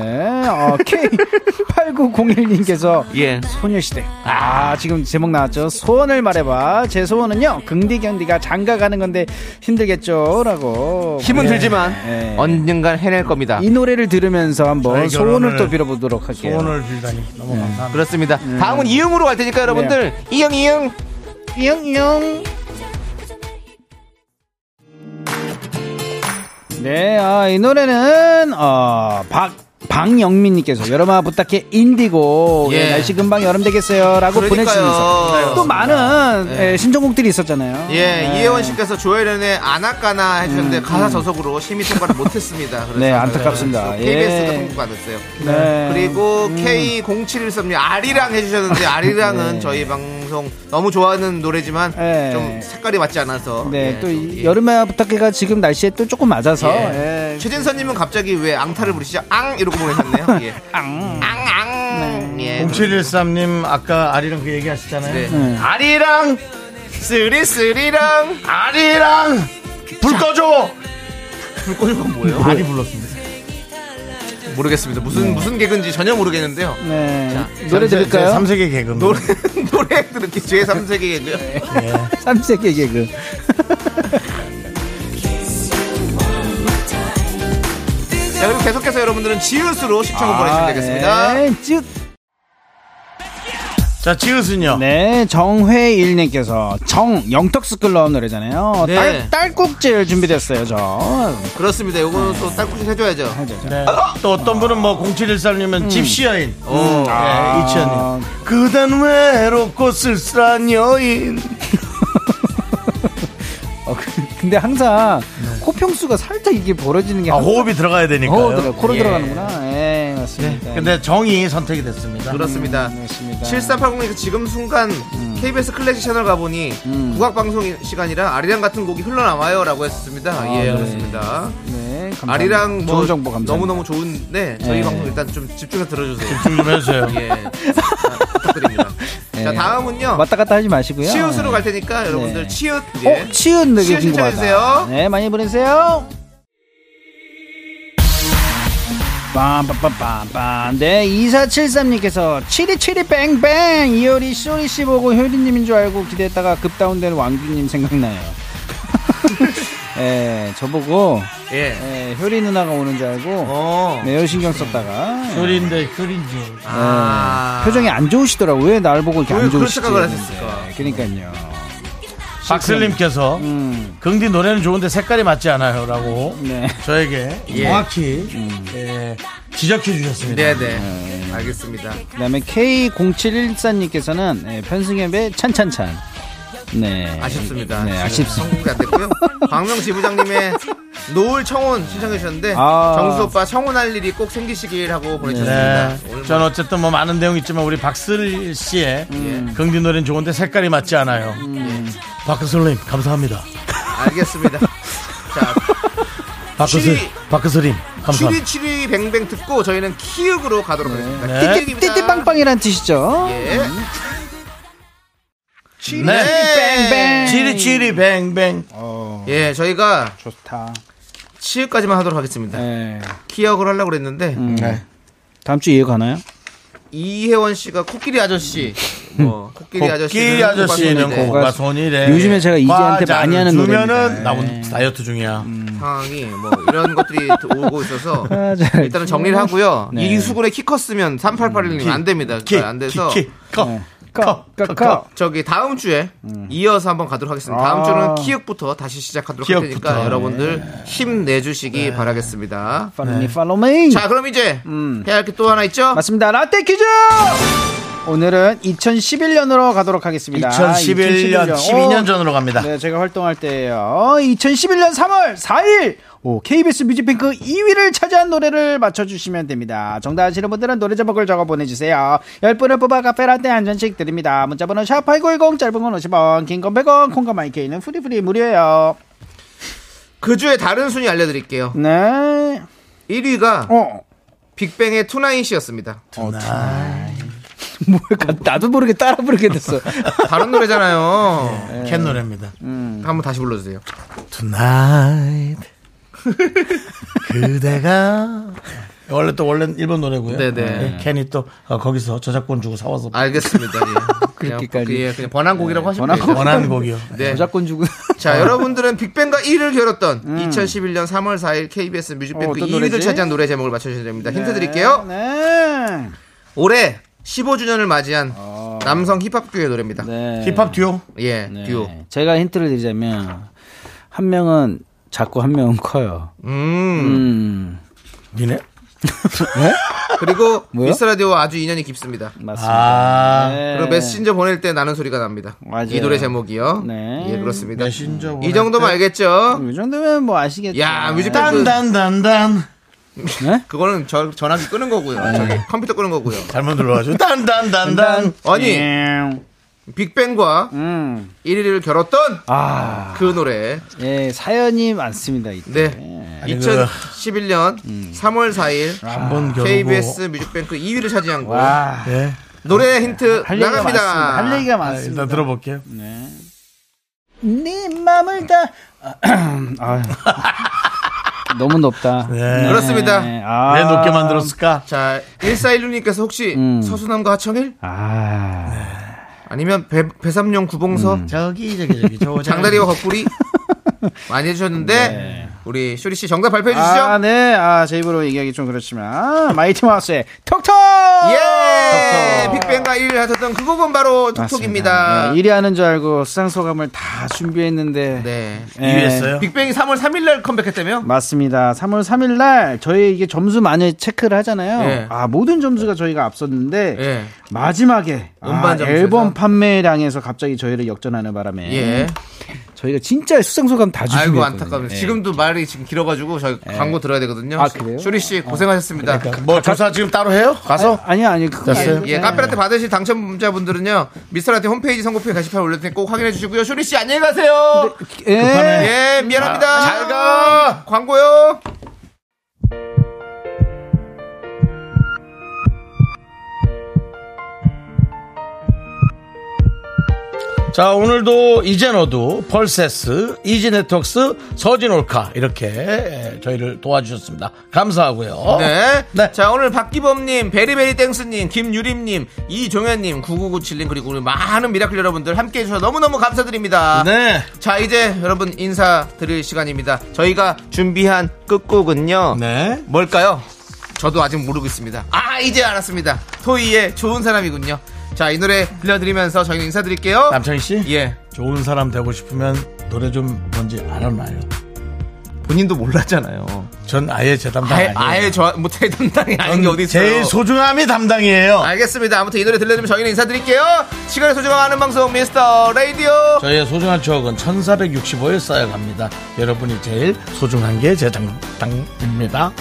Speaker 9: 어, K8901님께서
Speaker 6: 예.
Speaker 9: 소녀시대. 아, 지금 제목 나왔죠. 소원을 말해봐. 제 소원은요, 긍디 견디가 장가 가는 건데 힘들겠죠? 라고.
Speaker 6: 힘은
Speaker 9: 예.
Speaker 6: 들지만
Speaker 9: 예.
Speaker 6: 언젠간 해낼 겁니다.
Speaker 9: 이 노래를 들으면서 한번
Speaker 6: 저의
Speaker 9: 소원을
Speaker 6: 결혼을-
Speaker 9: 또 빌어보도록 할게요.
Speaker 1: 소원을 빌다니 너무 감사합니다.
Speaker 6: 그렇습니다.
Speaker 9: 네.
Speaker 6: 다음은 이응으로 갈 테니까 여러분들 이응 이응
Speaker 9: 이응 이응. 네, 아, 이 노래는, 어, 박, 박영민님께서 여름아 부탁해 인디고
Speaker 6: 예.
Speaker 9: 예, 날씨 금방 여름 되겠어요 라고
Speaker 2: 그러니까요.
Speaker 9: 보내주면서 또 많은
Speaker 2: 예.
Speaker 9: 예, 신청곡들이 있었잖아요.
Speaker 2: 예,
Speaker 9: 네. 음,
Speaker 2: 이혜원 씨께서 조혜련의 아나까나 해주셨는데 가사 저속으로 심의 통과를 못했습니다. 그래서
Speaker 9: 네, 안타깝습니다.
Speaker 2: KBS가
Speaker 9: 예.
Speaker 2: 통보가 안 됐어요.
Speaker 9: 네.
Speaker 2: 뭐, 그리고 K0713님 아리랑 해주셨는데 아리랑은
Speaker 9: 네.
Speaker 2: 저희 방송 너무 좋아하는 노래지만
Speaker 9: 예.
Speaker 2: 좀 색깔이 맞지 않아서
Speaker 9: 네,
Speaker 2: 예,
Speaker 9: 또
Speaker 2: 좀,
Speaker 9: 이
Speaker 2: 예.
Speaker 9: 여름아 부탁해가 지금 날씨에 또 조금 맞아서 예.
Speaker 2: 예. 최진선님은 갑자기 왜 앙타를 부르시죠? 앙 이러고 보내셨네요. 예.
Speaker 9: 앙.
Speaker 2: 앙앙. 예.
Speaker 1: 0713님 아까 아리랑 그 얘기 하셨잖아요.
Speaker 2: 네.
Speaker 1: 네.
Speaker 2: 아리랑 쓰리쓰리랑
Speaker 1: 아리랑 불 꺼줘.
Speaker 2: 불 꺼줘가 뭐예요?
Speaker 1: 많이 불렀습니다.
Speaker 2: 모르겠습니다. 무슨 무슨 개그인지 전혀 모르겠는데요.
Speaker 9: 네. 노래 들을까요?
Speaker 1: 삼세계 개그.
Speaker 2: 노래 노래 들을게 제 3세계고요.
Speaker 9: 삼세계 개그.
Speaker 2: 자 그리고 계속해서 여러분들은 지읒으로 시청을 보내주시면 되겠습니다.
Speaker 9: 아, 네, 쭉.
Speaker 1: 자, 지읒은요?
Speaker 9: 네, 정회일님께서 정 영턱스 클럽 노래잖아요.
Speaker 2: 네.
Speaker 9: 딸, 딸꾹질 준비됐어요, 저.
Speaker 2: 그렇습니다. 요거는 또 딸꾹질 해줘야죠.
Speaker 1: 네. 또 어떤 분은 뭐 0713님은
Speaker 9: 음.
Speaker 1: 집시 여인.
Speaker 2: 오.
Speaker 9: 아.
Speaker 1: 네, 이치현님. 그댄 외롭고 쓸쓸한 여인.
Speaker 9: 어, 그- 근데 항상
Speaker 2: 네.
Speaker 9: 코평수가 살짝 이게 벌어지는 게
Speaker 1: 아,
Speaker 9: 항상
Speaker 1: 호흡이 들어가야 되니까요. 네.
Speaker 9: 호흡 들어가- 코로
Speaker 2: 예. 네.
Speaker 9: 들어가는구나. 예, 맞습니다.
Speaker 1: 근데 정이 선택이 됐습니다.
Speaker 9: 음,
Speaker 2: 그렇습니다.
Speaker 9: 맞습니다. 음.
Speaker 2: 7480에서 지금 순간 KBS 클래식 채널 가보니 국악방송 시간이라 아리랑 같은 곡이 흘러나와요라고 했습니다. 예,
Speaker 9: 네.
Speaker 2: 그렇습니다.
Speaker 9: 네, 감사합니다.
Speaker 2: 아리랑 뭐
Speaker 9: 좋은 정보 감사합니다.
Speaker 2: 너무너무 좋은데 저희
Speaker 9: 예.
Speaker 2: 방송 일단 좀 집중해서 들어주세요.
Speaker 1: 집중 좀 해주세요.
Speaker 2: 예, 아, 부탁드립니다. 자,
Speaker 9: 예.
Speaker 2: 다음은요.
Speaker 9: 왔다 갔다 하지 마시고요.
Speaker 2: 치읓으로
Speaker 9: 예.
Speaker 2: 갈 테니까 여러분들
Speaker 9: 네.
Speaker 2: 치읓 예.
Speaker 9: 어, 치읓
Speaker 2: 치읓
Speaker 9: 되게 궁금하다.
Speaker 2: 신청해주세요.
Speaker 9: 네, 많이 보내세요. 빰빰빰빰빰. 네, 2473님께서 치리치리 뱅뱅 이효리 쇼리씨 보고 효리님인 줄 알고 기대했다가 급다운된 왕규님 생각나요. 예, 저보고
Speaker 2: 예.
Speaker 9: 예, 효리 누나가 오는 줄 알고
Speaker 2: 어.
Speaker 9: 매우 신경 썼다가 예,
Speaker 1: 효리인데 효리인 줄.
Speaker 2: 아.
Speaker 9: 네. 표정이 안 좋으시더라고요. 왜 날 보고 이렇게
Speaker 2: 왜
Speaker 9: 안
Speaker 2: 그런
Speaker 9: 좋으시지?
Speaker 2: 생각을 하셨을까?
Speaker 9: 그러니까요.
Speaker 1: 박슬님께서
Speaker 9: 음,
Speaker 1: 긍디 노래는 좋은데 색깔이 맞지 않아요. 라고
Speaker 9: 네.
Speaker 1: 저에게
Speaker 2: 예.
Speaker 1: 정확히
Speaker 9: 음.
Speaker 1: 예, 지적해 주셨습니다.
Speaker 2: 네네. 알겠습니다.
Speaker 9: 그다음에 K0714님께서는 예, 편승엽의 찬찬찬. 네.
Speaker 2: 아쉽습니다.
Speaker 9: 네,
Speaker 2: 지금
Speaker 9: 아쉽습니다.
Speaker 2: 성공이 안 됐고요. 광명 지부장님의 노을 청혼 신청해 주셨는데
Speaker 9: 아.
Speaker 2: 정수 오빠 청혼할 일이 꼭 생기시길 하고 보내주셨습니다.
Speaker 1: 네.
Speaker 2: 오늘
Speaker 1: 전 어쨌든 뭐 많은 내용 있지만 우리 박슬 씨의
Speaker 9: 음.
Speaker 2: 뭐, 예,
Speaker 1: 긍디 노래는 좋은데 색깔이 맞지 않아요. 박슬님 감사합니다.
Speaker 2: 알겠습니다. 자,
Speaker 1: 박슬
Speaker 2: 취리-
Speaker 1: 박슬님 감사합니다.
Speaker 2: 치리치리 뱅뱅 듣고 저희는 키읔으로 가도록 하겠습니다.
Speaker 1: 네.
Speaker 2: 키읔입니다.
Speaker 9: 띠띠빵빵이란 뜻이죠.
Speaker 2: 예.
Speaker 9: 네.
Speaker 1: 치리치리 뱅뱅.
Speaker 2: 예, 저희가
Speaker 9: 좋다.
Speaker 2: 치읓까지만 하도록 하겠습니다.
Speaker 9: 네.
Speaker 2: 키읔을 하려고 그랬는데
Speaker 1: 네.
Speaker 9: 다음 주 이해 가나요?
Speaker 2: 이혜원 씨가 코끼리 아저씨, 뭐 코끼리
Speaker 1: 코끼리
Speaker 2: 아저씨는
Speaker 1: 아저씨는
Speaker 2: 고
Speaker 1: 고가 손이래.
Speaker 9: 요즘에 제가 이지한테 많이 하는
Speaker 1: 주면은
Speaker 9: 노래입니다. 네.
Speaker 1: 나온 다이어트 중이야.
Speaker 2: 상황이 뭐 이런 것들이 오고 있어서
Speaker 9: 아, 잘
Speaker 2: 일단은 정리를 하고요.
Speaker 9: 네.
Speaker 2: 이수근의 키 컸으면 3881님 안 됩니다.
Speaker 1: 키,
Speaker 2: 안 돼서
Speaker 1: 키, 키, 커,
Speaker 9: 네.
Speaker 1: 커, 커, 커, 커.
Speaker 2: 저기 다음 주에 이어서 한번 가도록 하겠습니다. 다음
Speaker 9: 아.
Speaker 2: 주는 키읔부터 다시 시작하도록 할
Speaker 1: 키읔부터.
Speaker 2: 테니까 여러분들 힘 내주시기 바라겠습니다.
Speaker 9: 팔로미 팔로미.
Speaker 2: 네. 자, 그럼 이제 해야 할 게 또 하나 있죠?
Speaker 9: 음. 맞습니다. 라떼 퀴즈! 오늘은 2011년으로 가도록 하겠습니다.
Speaker 1: 2011년, 12년 전으로 갑니다.
Speaker 9: 네, 제가 활동할 때예요. 2011년 3월 4일 오, KBS 뮤직뱅크 2위를 차지한 노래를 맞춰주시면 됩니다. 정답 아시는 분들은 노래 제목을 적어 보내주세요. 10분을 뽑아 카페라떼 한 잔씩 드립니다. 문자번호 샵8910 짧은 건 50원 긴 건 100원 콩과 마이케이는 프리프리 무료예요.
Speaker 2: 그 주에 다른 순위 알려드릴게요.
Speaker 9: 네. 어.
Speaker 2: 1위가 빅뱅의 투나잇이었습니다.
Speaker 9: 뭘까? 나도 모르게 따라 부르게 됐어.
Speaker 2: 다른 노래잖아요.
Speaker 9: 네.
Speaker 1: 캔 노래입니다.
Speaker 2: 한번 다시 불러주세요.
Speaker 1: Tonight 그대가 원래 또 원래 일본 노래고요.
Speaker 2: 네네. 아,
Speaker 1: 네, 캔이 또 어, 거기서 저작권 주고 사와서
Speaker 2: 알겠습니다. 예.
Speaker 9: 그렇게까지.
Speaker 2: 예, 그냥 번안곡이라고 하시면 되죠.
Speaker 1: 원한곡이요.
Speaker 2: 네.
Speaker 9: 저작권 주고. 어.
Speaker 2: 자, 여러분들은 빅뱅과 1위를 겨뤘던 2011년 3월 4일 KBS
Speaker 9: 음. 어,
Speaker 2: 뮤직뱅크
Speaker 9: 어떤
Speaker 2: 2위를
Speaker 9: 노래지?
Speaker 2: 차지한 노래 제목을 맞춰주시면 됩니다. 힌트 드릴게요.
Speaker 9: 네.
Speaker 2: 올해 15주년을 맞이한 남성 힙합교의 노래입니다.
Speaker 9: 아. 네.
Speaker 1: 힙합 듀오.
Speaker 2: 예, 듀오.
Speaker 9: 제가 힌트를 드리자면 한 명은 작고 한 명은 커요.
Speaker 2: 음.
Speaker 9: 음.
Speaker 1: 니네?
Speaker 2: 그리고
Speaker 9: 뭐요?
Speaker 2: 미스 라디오와 아주 인연이 깊습니다.
Speaker 9: 맞습니다.
Speaker 1: 아
Speaker 9: 네.
Speaker 2: 그리고 메신저 보낼 때 나는 소리가 납니다.
Speaker 9: 맞아요.
Speaker 2: 이 노래 제목이요.
Speaker 9: 네.
Speaker 2: 예, 그렇습니다.
Speaker 1: 메신저 보낼
Speaker 2: 이 정도면
Speaker 1: 때?
Speaker 2: 알겠죠?
Speaker 9: 이 정도면 뭐 아시겠죠.
Speaker 2: 야, 뮤직뱅크
Speaker 1: 딴딴딴딴
Speaker 2: 그거는 저, 전화기 끄는 거고요.
Speaker 9: 네.
Speaker 2: 저기 컴퓨터 끄는 거고요.
Speaker 1: 잘못 눌러가지고 딴딴딴딴
Speaker 2: 아니, 빅뱅과
Speaker 9: 네. 음.
Speaker 2: 1위를 겨뤘던
Speaker 9: 아.
Speaker 2: 그 노래.
Speaker 9: 예, 사연이 많습니다. 이때.
Speaker 2: 네.
Speaker 1: 아니, 아,
Speaker 2: 2011년 3월 4일
Speaker 1: 한번 겨루고
Speaker 2: KBS 뮤직뱅크 2위를 차지한 곡.
Speaker 9: 와.
Speaker 1: 네.
Speaker 2: 노래 힌트
Speaker 9: 할 얘기가 많습니다.
Speaker 2: 나갑니다.
Speaker 9: 할 얘기가
Speaker 1: 아,
Speaker 9: 많습니다.
Speaker 1: 일단 들어볼게요.
Speaker 9: 네 맘을 다 아유. 너무 높다.
Speaker 1: 네.
Speaker 2: 그렇습니다.
Speaker 9: 아.
Speaker 1: 왜 네, 높게 만들었을까?
Speaker 2: 자, 1416님께서 혹시
Speaker 9: 음.
Speaker 2: 서수남과 하청일? 네.
Speaker 9: 아.
Speaker 2: 아니면 배, 배삼룡 구봉서?
Speaker 1: 저기 저기 저기 저
Speaker 2: 장다리와 거꾸리? 많이 해주셨는데, 우리 쇼리씨 정답 발표해 주시죠.
Speaker 9: 아, 네. 아, 제 입으로 얘기하기 좀 그렇지만 마이티 마우스의 톡톡! 네.
Speaker 2: 예! 빅뱅과 1위를 하셨던 그 곡은 바로 톡톡입니다.
Speaker 9: 네, 1위 하는 줄 알고 수상 소감을 다 준비했는데
Speaker 2: 네.
Speaker 9: 예,
Speaker 1: 이해했어요?
Speaker 2: 빅뱅이 3월 3일날 컴백했다며?
Speaker 9: 맞습니다. 3월 3일 날 저희 이게 점수 많이 체크를 하잖아요.
Speaker 2: 예.
Speaker 9: 아 모든 점수가 저희가 앞섰는데
Speaker 2: 예.
Speaker 9: 마지막에
Speaker 2: 음반
Speaker 9: 아,
Speaker 2: 점수에서?
Speaker 9: 앨범 판매량에서 갑자기 저희를 역전하는 바람에
Speaker 2: 예.
Speaker 9: 저희가 진짜 수상 소감 다 주시고
Speaker 2: 아이고 안타깝네요. 예. 지금도 말이 지금 길어가지고 저희 광고 들어야 되거든요. 아, 그러니까.
Speaker 9: 아, 그래요?
Speaker 2: 쇼리 씨 고생하셨습니다.
Speaker 1: 뭐 조사 지금 따로 해요? 가서
Speaker 9: 예. 아니요 아니요 그거
Speaker 1: 됐어요?
Speaker 9: 아니고
Speaker 2: 예,
Speaker 9: 그냥
Speaker 2: 카페라테 받으실 당첨자분들은요 미스터라테 홈페이지 선고표 게시판 올릴 테니 꼭 확인해 주시고요. 쇼리 씨 안녕히 가세요.
Speaker 9: 예.
Speaker 2: 예, 미안합니다. 잘 가. 광고요.
Speaker 1: 자 오늘도 이제 너도 펄세스 이지네트웍스 서진올카 이렇게 저희를 도와주셨습니다. 감사하고요.
Speaker 2: 네.
Speaker 1: 네.
Speaker 2: 자, 오늘 박기범님, 베리베리 땡스님, 김유림님, 이종현님, 9997님, 그리고 우리 많은 미라클 여러분들 함께 해주셔서 너무너무 감사드립니다.
Speaker 1: 네.
Speaker 2: 자, 이제 여러분 인사드릴 시간입니다. 저희가 준비한 끝곡은요.
Speaker 1: 네.
Speaker 2: 뭘까요? 저도 아직 모르고 있습니다. 아, 이제 알았습니다. 토이의 좋은 사람이군요. 자, 이 노래 들려드리면서 저희는 인사드릴게요.
Speaker 1: 남창희 씨
Speaker 2: 예.
Speaker 1: 좋은 사람 되고 싶으면 노래 좀 뭔지 알아놔요.
Speaker 2: 본인도 몰랐잖아요.
Speaker 1: 전 아예 제 담당
Speaker 2: 아예,
Speaker 1: 아니에요.
Speaker 2: 아예 저, 뭐, 대담당이 아닌 게
Speaker 1: 전
Speaker 2: 어디 있어요.
Speaker 1: 제일 소중함이 담당이에요.
Speaker 2: 알겠습니다. 아무튼 이 노래 들려드리면 저희는 인사드릴게요. 시간을 소중하는 방송 미스터 라디오.
Speaker 1: 저희의 소중한 추억은 1465일 쌓여갑니다. 여러분이 제일 소중한 게 제 담당입니다.